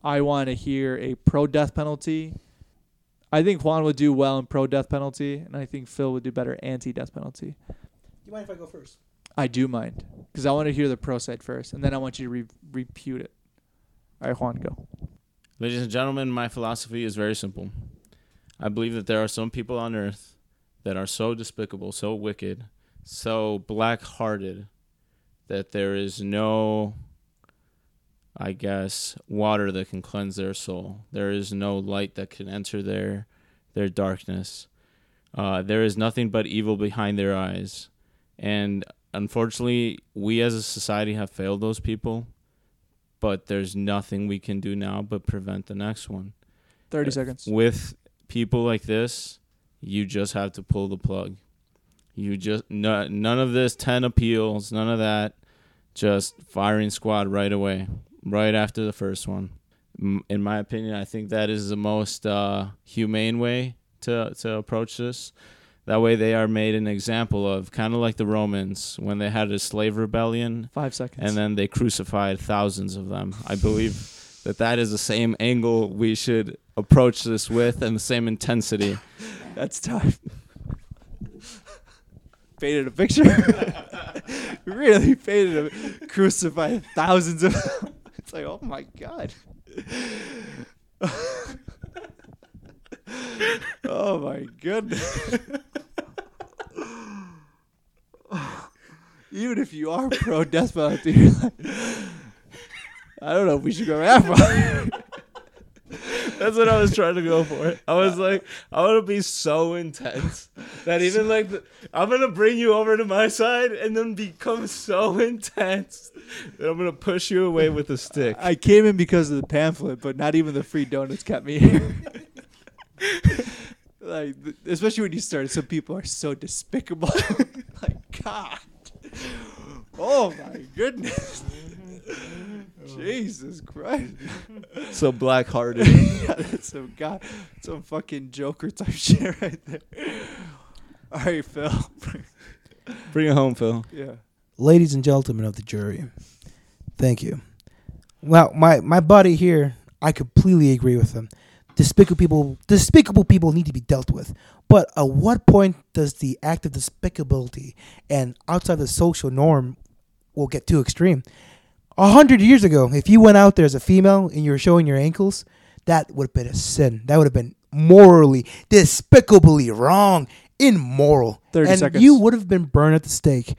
Speaker 7: I want to hear a pro death penalty. I think Juan would do well in pro death penalty, and I think Phil would do better anti death penalty.
Speaker 8: You mind if I go first?
Speaker 7: I do mind because I want to hear the pro side first, and then I want you to re- repute it. All right, Juan, go.
Speaker 9: Ladies and gentlemen, my philosophy is very simple. I believe that there are some people on earth that are so despicable, so wicked, so black hearted that there is no, I guess, water that can cleanse their soul. There is no light that can enter their, their darkness. Uh, there is nothing but evil behind their eyes. And unfortunately, we as a society have failed those people but there's nothing we can do now but prevent the next one.
Speaker 7: 30
Speaker 9: Uh,
Speaker 7: seconds.
Speaker 9: With people like this, you just have to pull the plug. You just no, none of this 10 appeals, none of that. Just firing squad right away, right after the first one. M- In my opinion, I think that is the most uh, humane way to to approach this. That way, they are made an example of, kind of like the Romans when they had a slave rebellion.
Speaker 7: Five seconds.
Speaker 9: And then they crucified thousands of them. I believe that that is the same angle we should approach this with and the same intensity.
Speaker 7: That's time. painted a picture. really painted a crucified thousands of. it's like, oh my god. oh my goodness. Even if you are pro death penalty, you're like, I don't know if we should go that far.
Speaker 9: That's what I was trying to go for. I was
Speaker 7: Uh,
Speaker 9: like, I want to be so intense that even like, the, I'm gonna bring you over to my side and then become so intense that I'm gonna push you away with a stick.
Speaker 7: I came in because of the pamphlet, but not even the free donuts kept me here. like, th- especially when you started, some people are so despicable. like, God. Oh my goodness. Jesus Christ.
Speaker 9: So black-hearted.
Speaker 7: yeah, that's some guy, some fucking Joker type shit right there. All right, Phil.
Speaker 9: Bring it home, Phil.
Speaker 7: Yeah.
Speaker 8: Ladies and gentlemen of the jury, thank you. Well, my, my buddy here, I completely agree with him. Despicable people, despicable people need to be dealt with. But at what point does the act of despicability and outside the social norm will get too extreme? A hundred years ago, if you went out there as a female and you were showing your ankles, that would have been a sin. That would have been morally, despicably wrong, immoral.
Speaker 7: 30
Speaker 8: and
Speaker 7: seconds.
Speaker 8: you would have been burned at the stake.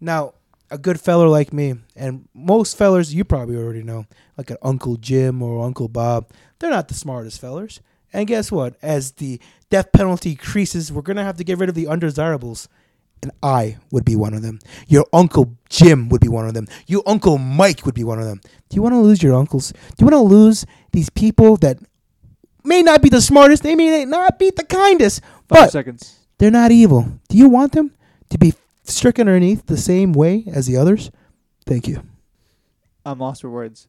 Speaker 8: Now, a good feller like me, and most fellers you probably already know, like an Uncle Jim or Uncle Bob, they're not the smartest fellers. And guess what? As the death penalty creases, we're going to have to get rid of the undesirables. And I would be one of them. Your Uncle Jim would be one of them. Your Uncle Mike would be one of them. Do you want to lose your uncles? Do you want to lose these people that may not be the smartest, they may not be the kindest,
Speaker 7: Five
Speaker 8: but
Speaker 7: seconds.
Speaker 8: they're not evil. Do you want them to be stricken underneath the same way as the others? Thank you.
Speaker 7: I'm lost for words.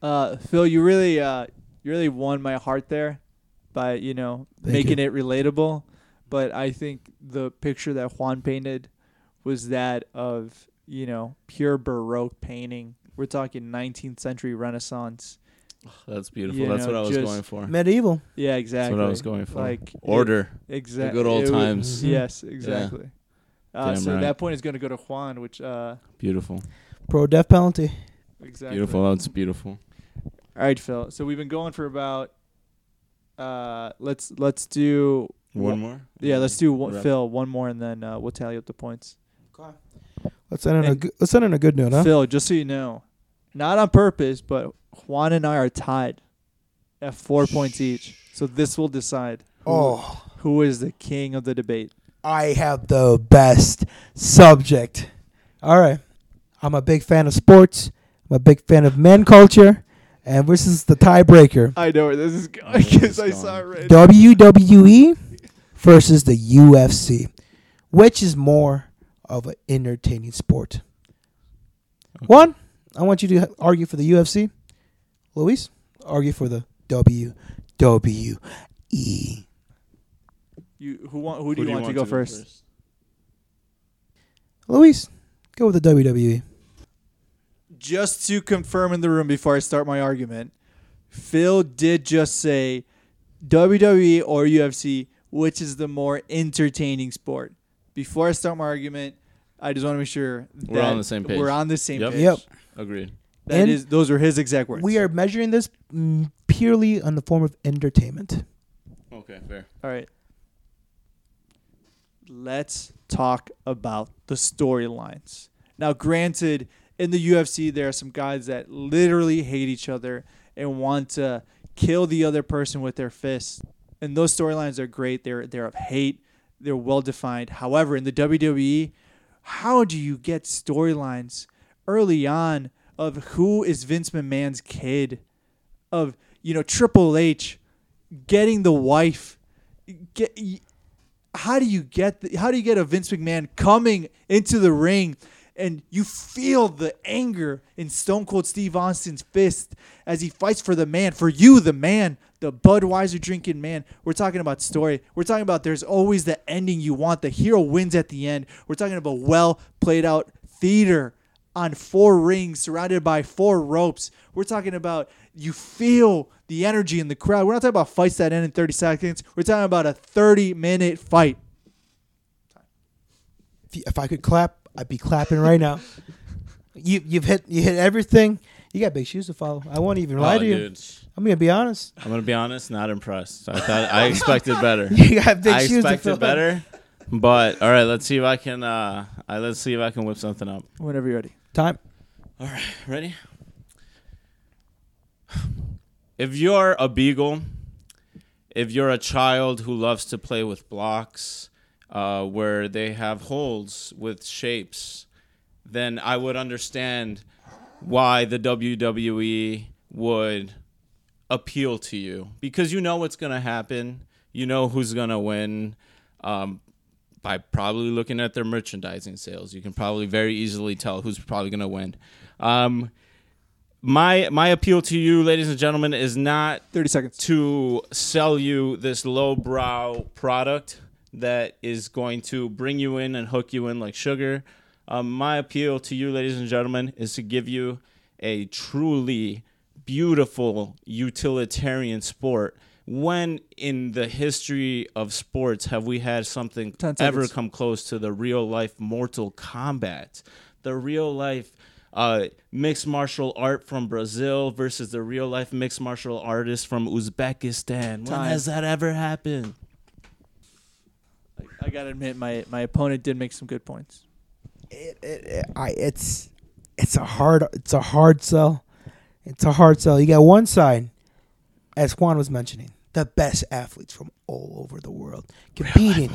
Speaker 7: Uh, Phil, you really, uh, you really won my heart there by you know
Speaker 8: Thank
Speaker 7: making it relatable. But I think the picture that Juan painted was that of you know pure Baroque painting. We're talking 19th century Renaissance.
Speaker 9: That's beautiful.
Speaker 7: You
Speaker 9: That's
Speaker 7: know,
Speaker 9: what I was
Speaker 7: just-
Speaker 9: going for.
Speaker 8: Medieval.
Speaker 7: Yeah, exactly.
Speaker 9: That's what I was going for.
Speaker 7: Like
Speaker 9: Order.
Speaker 7: Exactly.
Speaker 9: The good old times.
Speaker 7: Yes,
Speaker 9: Yeah.
Speaker 7: exactly. Uh,
Speaker 9: Damn
Speaker 7: so
Speaker 9: right.
Speaker 7: that point is going to go to Juan, which uh,
Speaker 9: Beautiful.
Speaker 8: Pro death penalty.
Speaker 7: exactly.
Speaker 9: Beautiful. That's beautiful.
Speaker 7: All right, Phil. So we've been going for about. Uh, let's let's do
Speaker 9: One more?
Speaker 7: Yeah, let's do one,
Speaker 9: Wrap.
Speaker 7: Phil one more, and then uh, we'll tally up the points.
Speaker 8: Let's end on a
Speaker 7: And-
Speaker 8: good, let's end on a good note, huh?
Speaker 7: Phil, just so you know, not on purpose, but Juan and I are tied at four points each. So this will decide who,
Speaker 8: Oh.
Speaker 7: who is the king of the debate.
Speaker 8: I have the best subject. All right. I'm a big fan of sports. I'm a big fan of men culture. And this is the tiebreaker
Speaker 7: I know where this is going because I saw it right.
Speaker 8: WWE E versus the UFC. Which is more of an entertaining sport? One, I want you to argue for the UFC. Luis, argue for the E. WWE.
Speaker 7: You who want who do you want to go first?
Speaker 8: Luis, go with the E. WWE.
Speaker 7: just to confirm in the room before I start my argument, Phil did just say WWE or UFC, which is the more entertaining sport. Before I start my argument, I just want to make sure that
Speaker 9: We're on the same page.
Speaker 7: We're on the same
Speaker 9: Yep.
Speaker 7: page.
Speaker 8: Yep.
Speaker 9: Agreed.
Speaker 7: That
Speaker 8: And-
Speaker 7: is- those are his exact words.
Speaker 8: We are measuring this mm, purely on the form of entertainment.
Speaker 9: Okay, fair.
Speaker 7: All right. Let's talk about the storylines. Now, granted, in the UFC, there are some guys that literally hate each other and want to kill the other person with their fists. And those storylines are great. They're they're of hate. They're well defined. However, in the WWE, how do you get storylines early on of who is Vince McMahon's kid? of you know Triple H getting the wife. Get y- how do you get the, how do you get a Vince McMahon coming into the ring and you feel the anger in Stone Cold Steve Austin's fist as he fights for the man, for you, the man, the Budweiser drinking man. We're talking about story. We're talking about there's always the ending you want. The hero wins at the end. We're talking about well played out theater on four rings surrounded by four ropes. We're talking about you feel the energy in the crowd. We're not talking about fights that end in 30 seconds. We're talking about a 30 minute fight.
Speaker 8: If, you, if I could clap, I'd be clapping right now. You you've hit you hit everything. You got big shoes to follow. I won't even lie
Speaker 9: Oh,
Speaker 8: to you.
Speaker 9: dude.
Speaker 8: I'm gonna be honest.
Speaker 9: I'm gonna be honest, not impressed. I thought I expected better.
Speaker 8: You got big
Speaker 9: I
Speaker 8: shoes to
Speaker 9: expected
Speaker 8: fill.
Speaker 9: better. But all right, let's see if I can. Uh, I, let's see if I can whip something up.
Speaker 7: Whenever you're ready.
Speaker 8: Time.
Speaker 9: All right, ready? If you're a beagle if you're a child who loves to play with blocks, uh, where they have holes with shapes, then I would understand why the WWE would appeal to you because you know what's going to happen. You know who's going to win um, by probably looking at their merchandising sales. You can probably very easily tell who's probably going to win. Um, my my appeal to you, ladies and gentlemen, is not
Speaker 7: thirty seconds
Speaker 9: to sell you this lowbrow product that is going to bring you in and hook you in like sugar. Um, my appeal to you, ladies and gentlemen, is to give you a truly beautiful utilitarian sport. When in the history of sports have we had something
Speaker 7: Ten seconds.
Speaker 9: ever come close to the real life Mortal Kombat? The real life uh, mixed martial art from Brazil versus the real life mixed martial artist from Uzbekistan. When
Speaker 7: Time.
Speaker 9: has that ever happened?
Speaker 7: I gotta admit, my my opponent did make some good points.
Speaker 8: I it's it's a hard it's a hard sell. It's a hard sell. You got one side, as Juan was mentioning, the best athletes from all over the world competing,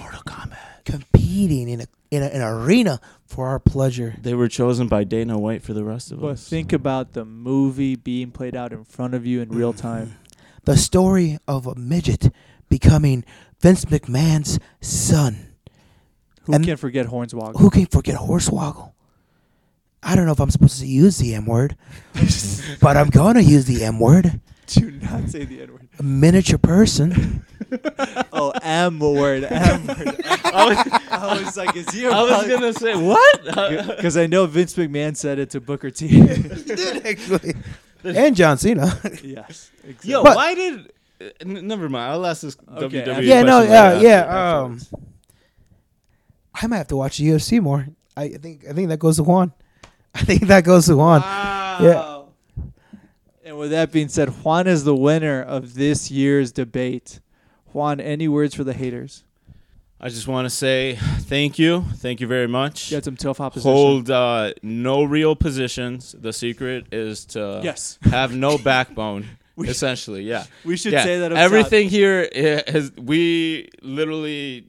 Speaker 8: competing in a in a, an arena for our pleasure.
Speaker 9: They were chosen by Dana White for the rest of
Speaker 7: But
Speaker 9: us.
Speaker 7: think about the movie being played out in front of you in real time.
Speaker 8: The story of a midget becoming Vince McMahon's son.
Speaker 7: Who
Speaker 8: And
Speaker 7: can forget Hornswoggle?
Speaker 8: Who can forget Horsewoggle? I don't know if I'm supposed to use the M word, but I'm going to use the M word.
Speaker 7: Do not say the N word.
Speaker 8: A miniature person.
Speaker 7: Oh, M word, M word. I was, I was like, is he?
Speaker 9: I was gonna say, what?
Speaker 7: Because I know Vince McMahon said it to Booker T.
Speaker 8: did actually. and John Cena.
Speaker 7: yes. Exactly.
Speaker 9: Yo,
Speaker 8: But-
Speaker 9: why did? uh, N- never mind. I'll ask this
Speaker 7: Okay,
Speaker 9: WWE.
Speaker 8: yeah, no,
Speaker 9: question
Speaker 8: yeah,
Speaker 9: right after-
Speaker 8: yeah. Um,
Speaker 9: afterwards.
Speaker 8: I might have to watch the UFC more. I, I think I think that goes to Juan. I think that goes to Juan. Yeah.
Speaker 7: Wow. And with that being said, Juan is the winner of this year's debate. Juan, any words for the haters?
Speaker 9: I just want to say thank you, thank you very much.
Speaker 7: You had some tough opposition.
Speaker 9: Hold uh, no real positions. The secret is to
Speaker 7: Yes.
Speaker 9: have no backbone. essentially, yeah.
Speaker 7: we should
Speaker 9: Yeah.
Speaker 7: say that up top.
Speaker 9: everything here i- has we literally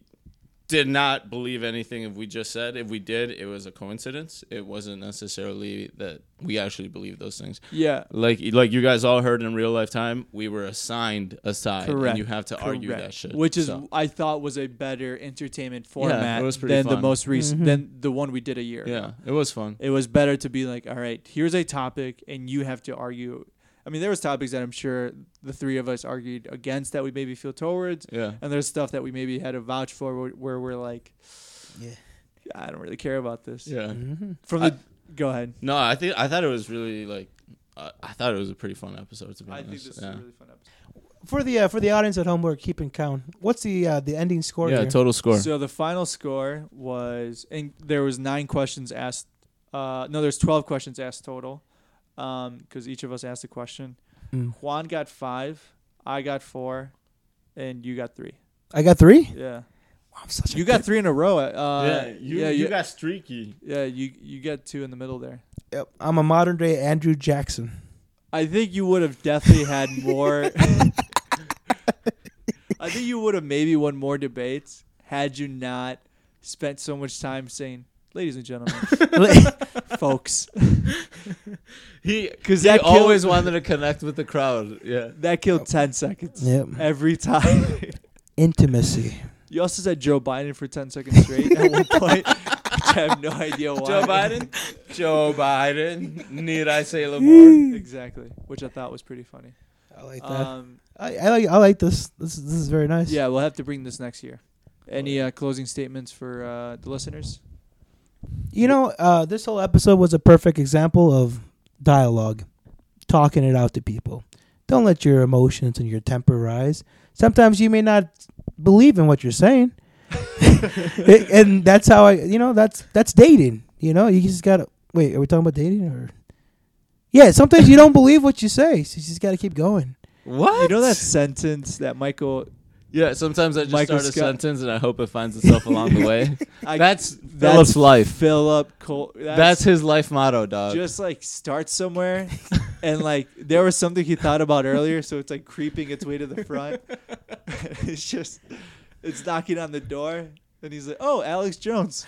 Speaker 9: did not believe anything if we just said if we did it was a coincidence it wasn't necessarily that we actually believed those things
Speaker 7: Yeah.
Speaker 9: like like you guys all heard in real life time we were assigned a side and you have to argue
Speaker 7: correct.
Speaker 9: that shit
Speaker 7: Which is
Speaker 9: So,
Speaker 7: I thought was a better entertainment format
Speaker 9: it was pretty
Speaker 7: than the
Speaker 9: fun.
Speaker 7: most recent
Speaker 9: Mhm.
Speaker 7: than the one we did a year.
Speaker 9: yeah
Speaker 7: ago.
Speaker 9: it was fun
Speaker 7: It was better to be like, all right, here's a topic and you have to argue. I mean, there was topics that I'm sure the three of us argued against that we maybe feel towards.
Speaker 9: Yeah.
Speaker 7: And there's stuff that we maybe had to vouch for where, where we're like,
Speaker 8: Yeah.
Speaker 7: I don't really care about this.
Speaker 9: yeah
Speaker 7: From the go ahead.
Speaker 9: no i think i thought it was really like uh, i thought it was a pretty fun episode to be
Speaker 7: I
Speaker 9: honest
Speaker 7: think this
Speaker 9: yeah.
Speaker 7: is a really fun episode.
Speaker 8: For the uh, for the audience at home, we're keeping count. What's the uh, the ending score?
Speaker 9: yeah
Speaker 8: here?
Speaker 9: total score
Speaker 7: So uh, the final score was, and there was nine questions asked. Uh, no, there's twelve questions asked total, because each of us asked a question.
Speaker 8: Mm.
Speaker 7: Juan got five, I got four, and you got three.
Speaker 8: I got three.
Speaker 7: Yeah,
Speaker 8: I'm such a
Speaker 7: you got
Speaker 8: good-
Speaker 7: three in a row. Uh,
Speaker 9: yeah, you,
Speaker 7: yeah,
Speaker 9: you got streaky
Speaker 7: yeah, you you got two in the middle there.
Speaker 8: Yep. I'm a modern day Andrew Jackson.
Speaker 7: I think you would have definitely had more. I think you would have maybe won more debates had you not spent so much time saying, "Ladies and gentlemen, folks."
Speaker 9: He
Speaker 7: Because
Speaker 9: he
Speaker 7: that killed-
Speaker 9: always wanted to connect with the crowd. Yeah.
Speaker 7: That killed 10 seconds.
Speaker 8: Yep.
Speaker 7: Every time.
Speaker 8: Intimacy.
Speaker 7: you also said Joe Biden for 10 seconds straight at one point, which I have no idea why.
Speaker 9: Joe Biden. Joe Biden. Need I say Lamar?
Speaker 7: exactly. Which I thought was pretty funny.
Speaker 8: I like that.
Speaker 7: Um,
Speaker 8: I, I like I like this. This is, this is very nice.
Speaker 7: yeah, we'll have to bring this next year. Any uh, closing statements for uh, the listeners?
Speaker 8: You know, uh, this whole episode was a perfect example of dialogue, talking it out to people. Don't let your emotions and your temper rise. Sometimes you may not believe in what you're saying, It- and that's how I. You know, that's that's dating. You know, you just gotta wait. Are we talking about dating or? Yeah, sometimes you don't believe what you say, so you just gotta keep going.
Speaker 9: What?
Speaker 7: You know that sentence that Michael.
Speaker 9: Yeah. Sometimes I just
Speaker 7: Michael
Speaker 9: start a
Speaker 7: Scott-
Speaker 9: sentence and I hope it finds itself along the way.
Speaker 7: I,
Speaker 9: That's Philip's life.
Speaker 7: Philip Cole.
Speaker 9: That's, his life motto, dog.
Speaker 7: just like start somewhere and like there was something he thought about earlier so it's like creeping its way to the front it's just it's knocking on the door, and he's like, "Oh, Alex Jones."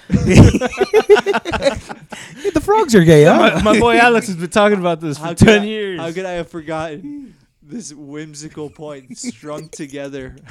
Speaker 8: the frogs are gay, huh?
Speaker 9: My, my boy Alex has been talking about this for
Speaker 7: How could
Speaker 9: ten
Speaker 7: I-
Speaker 9: years.
Speaker 7: How could I have forgotten this whimsical point strung together?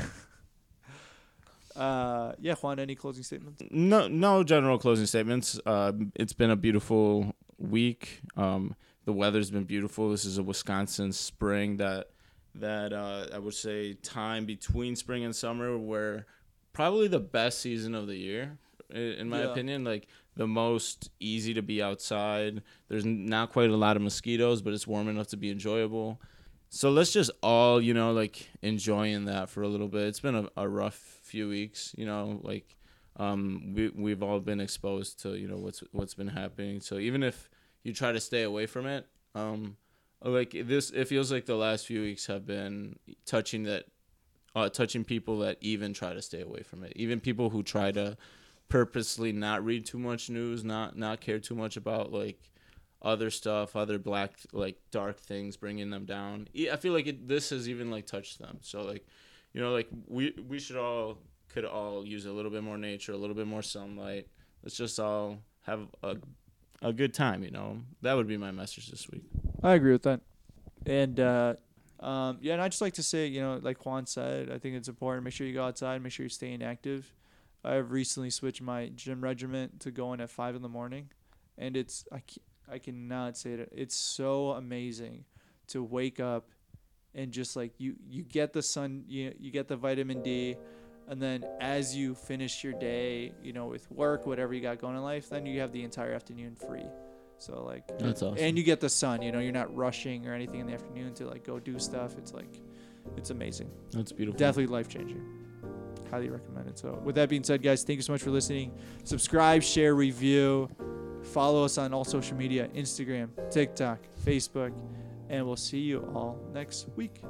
Speaker 7: Uh, yeah, Juan. Any closing statements?
Speaker 9: no no general closing statements. Um, it's been a beautiful week. Um, the weather's been beautiful. This is a Wisconsin spring that that uh, I would say time between spring and summer where probably the best season of the year i- in my
Speaker 15: Yeah.
Speaker 9: opinion like the most easy to be outside there's n- not quite a lot of mosquitoes but it's warm enough to be enjoyable so let's just all you know like enjoying that for a little bit it's been a, a rough few weeks you know like um, we we've all been exposed to you know what's what's been happening. So even if you try to stay away from it, um, like this, it feels like the last few weeks have been touching that, uh, touching people that even try to stay away from it. Even people who try to purposely not read too much news, not not care too much about like other stuff, other black like dark things, bringing them down. E- I feel like it, this has even like touched them. So like, you know, like we we should all could all use a little bit more nature, a little bit more sunlight. Let's just all have a a good time. You know, that would be my message this week.
Speaker 7: I agree with that. And uh, um, yeah, and I just like to say, you know, like Juan said, I think it's important. Make sure you go outside. Make sure you're staying active. I've recently switched my gym regiment to going at five in the morning, and it's I ca- I cannot say it. It's so amazing to wake up and just like you you get the sun, you you get the vitamin D. And then, as you finish your day, you know, with work, whatever you got going in life, then you have the entire afternoon free. So, like,
Speaker 9: That's
Speaker 7: and-
Speaker 9: awesome.
Speaker 7: and you get the sun. You know, you're not rushing or anything in the afternoon to like go do stuff. It's like, it's amazing.
Speaker 9: That's beautiful.
Speaker 7: Definitely life changing. Highly recommend it. So, with that being said, guys, thank you so much for listening. Subscribe, share, review, follow us on all social media Instagram, TikTok, Facebook, and we'll see you all next week.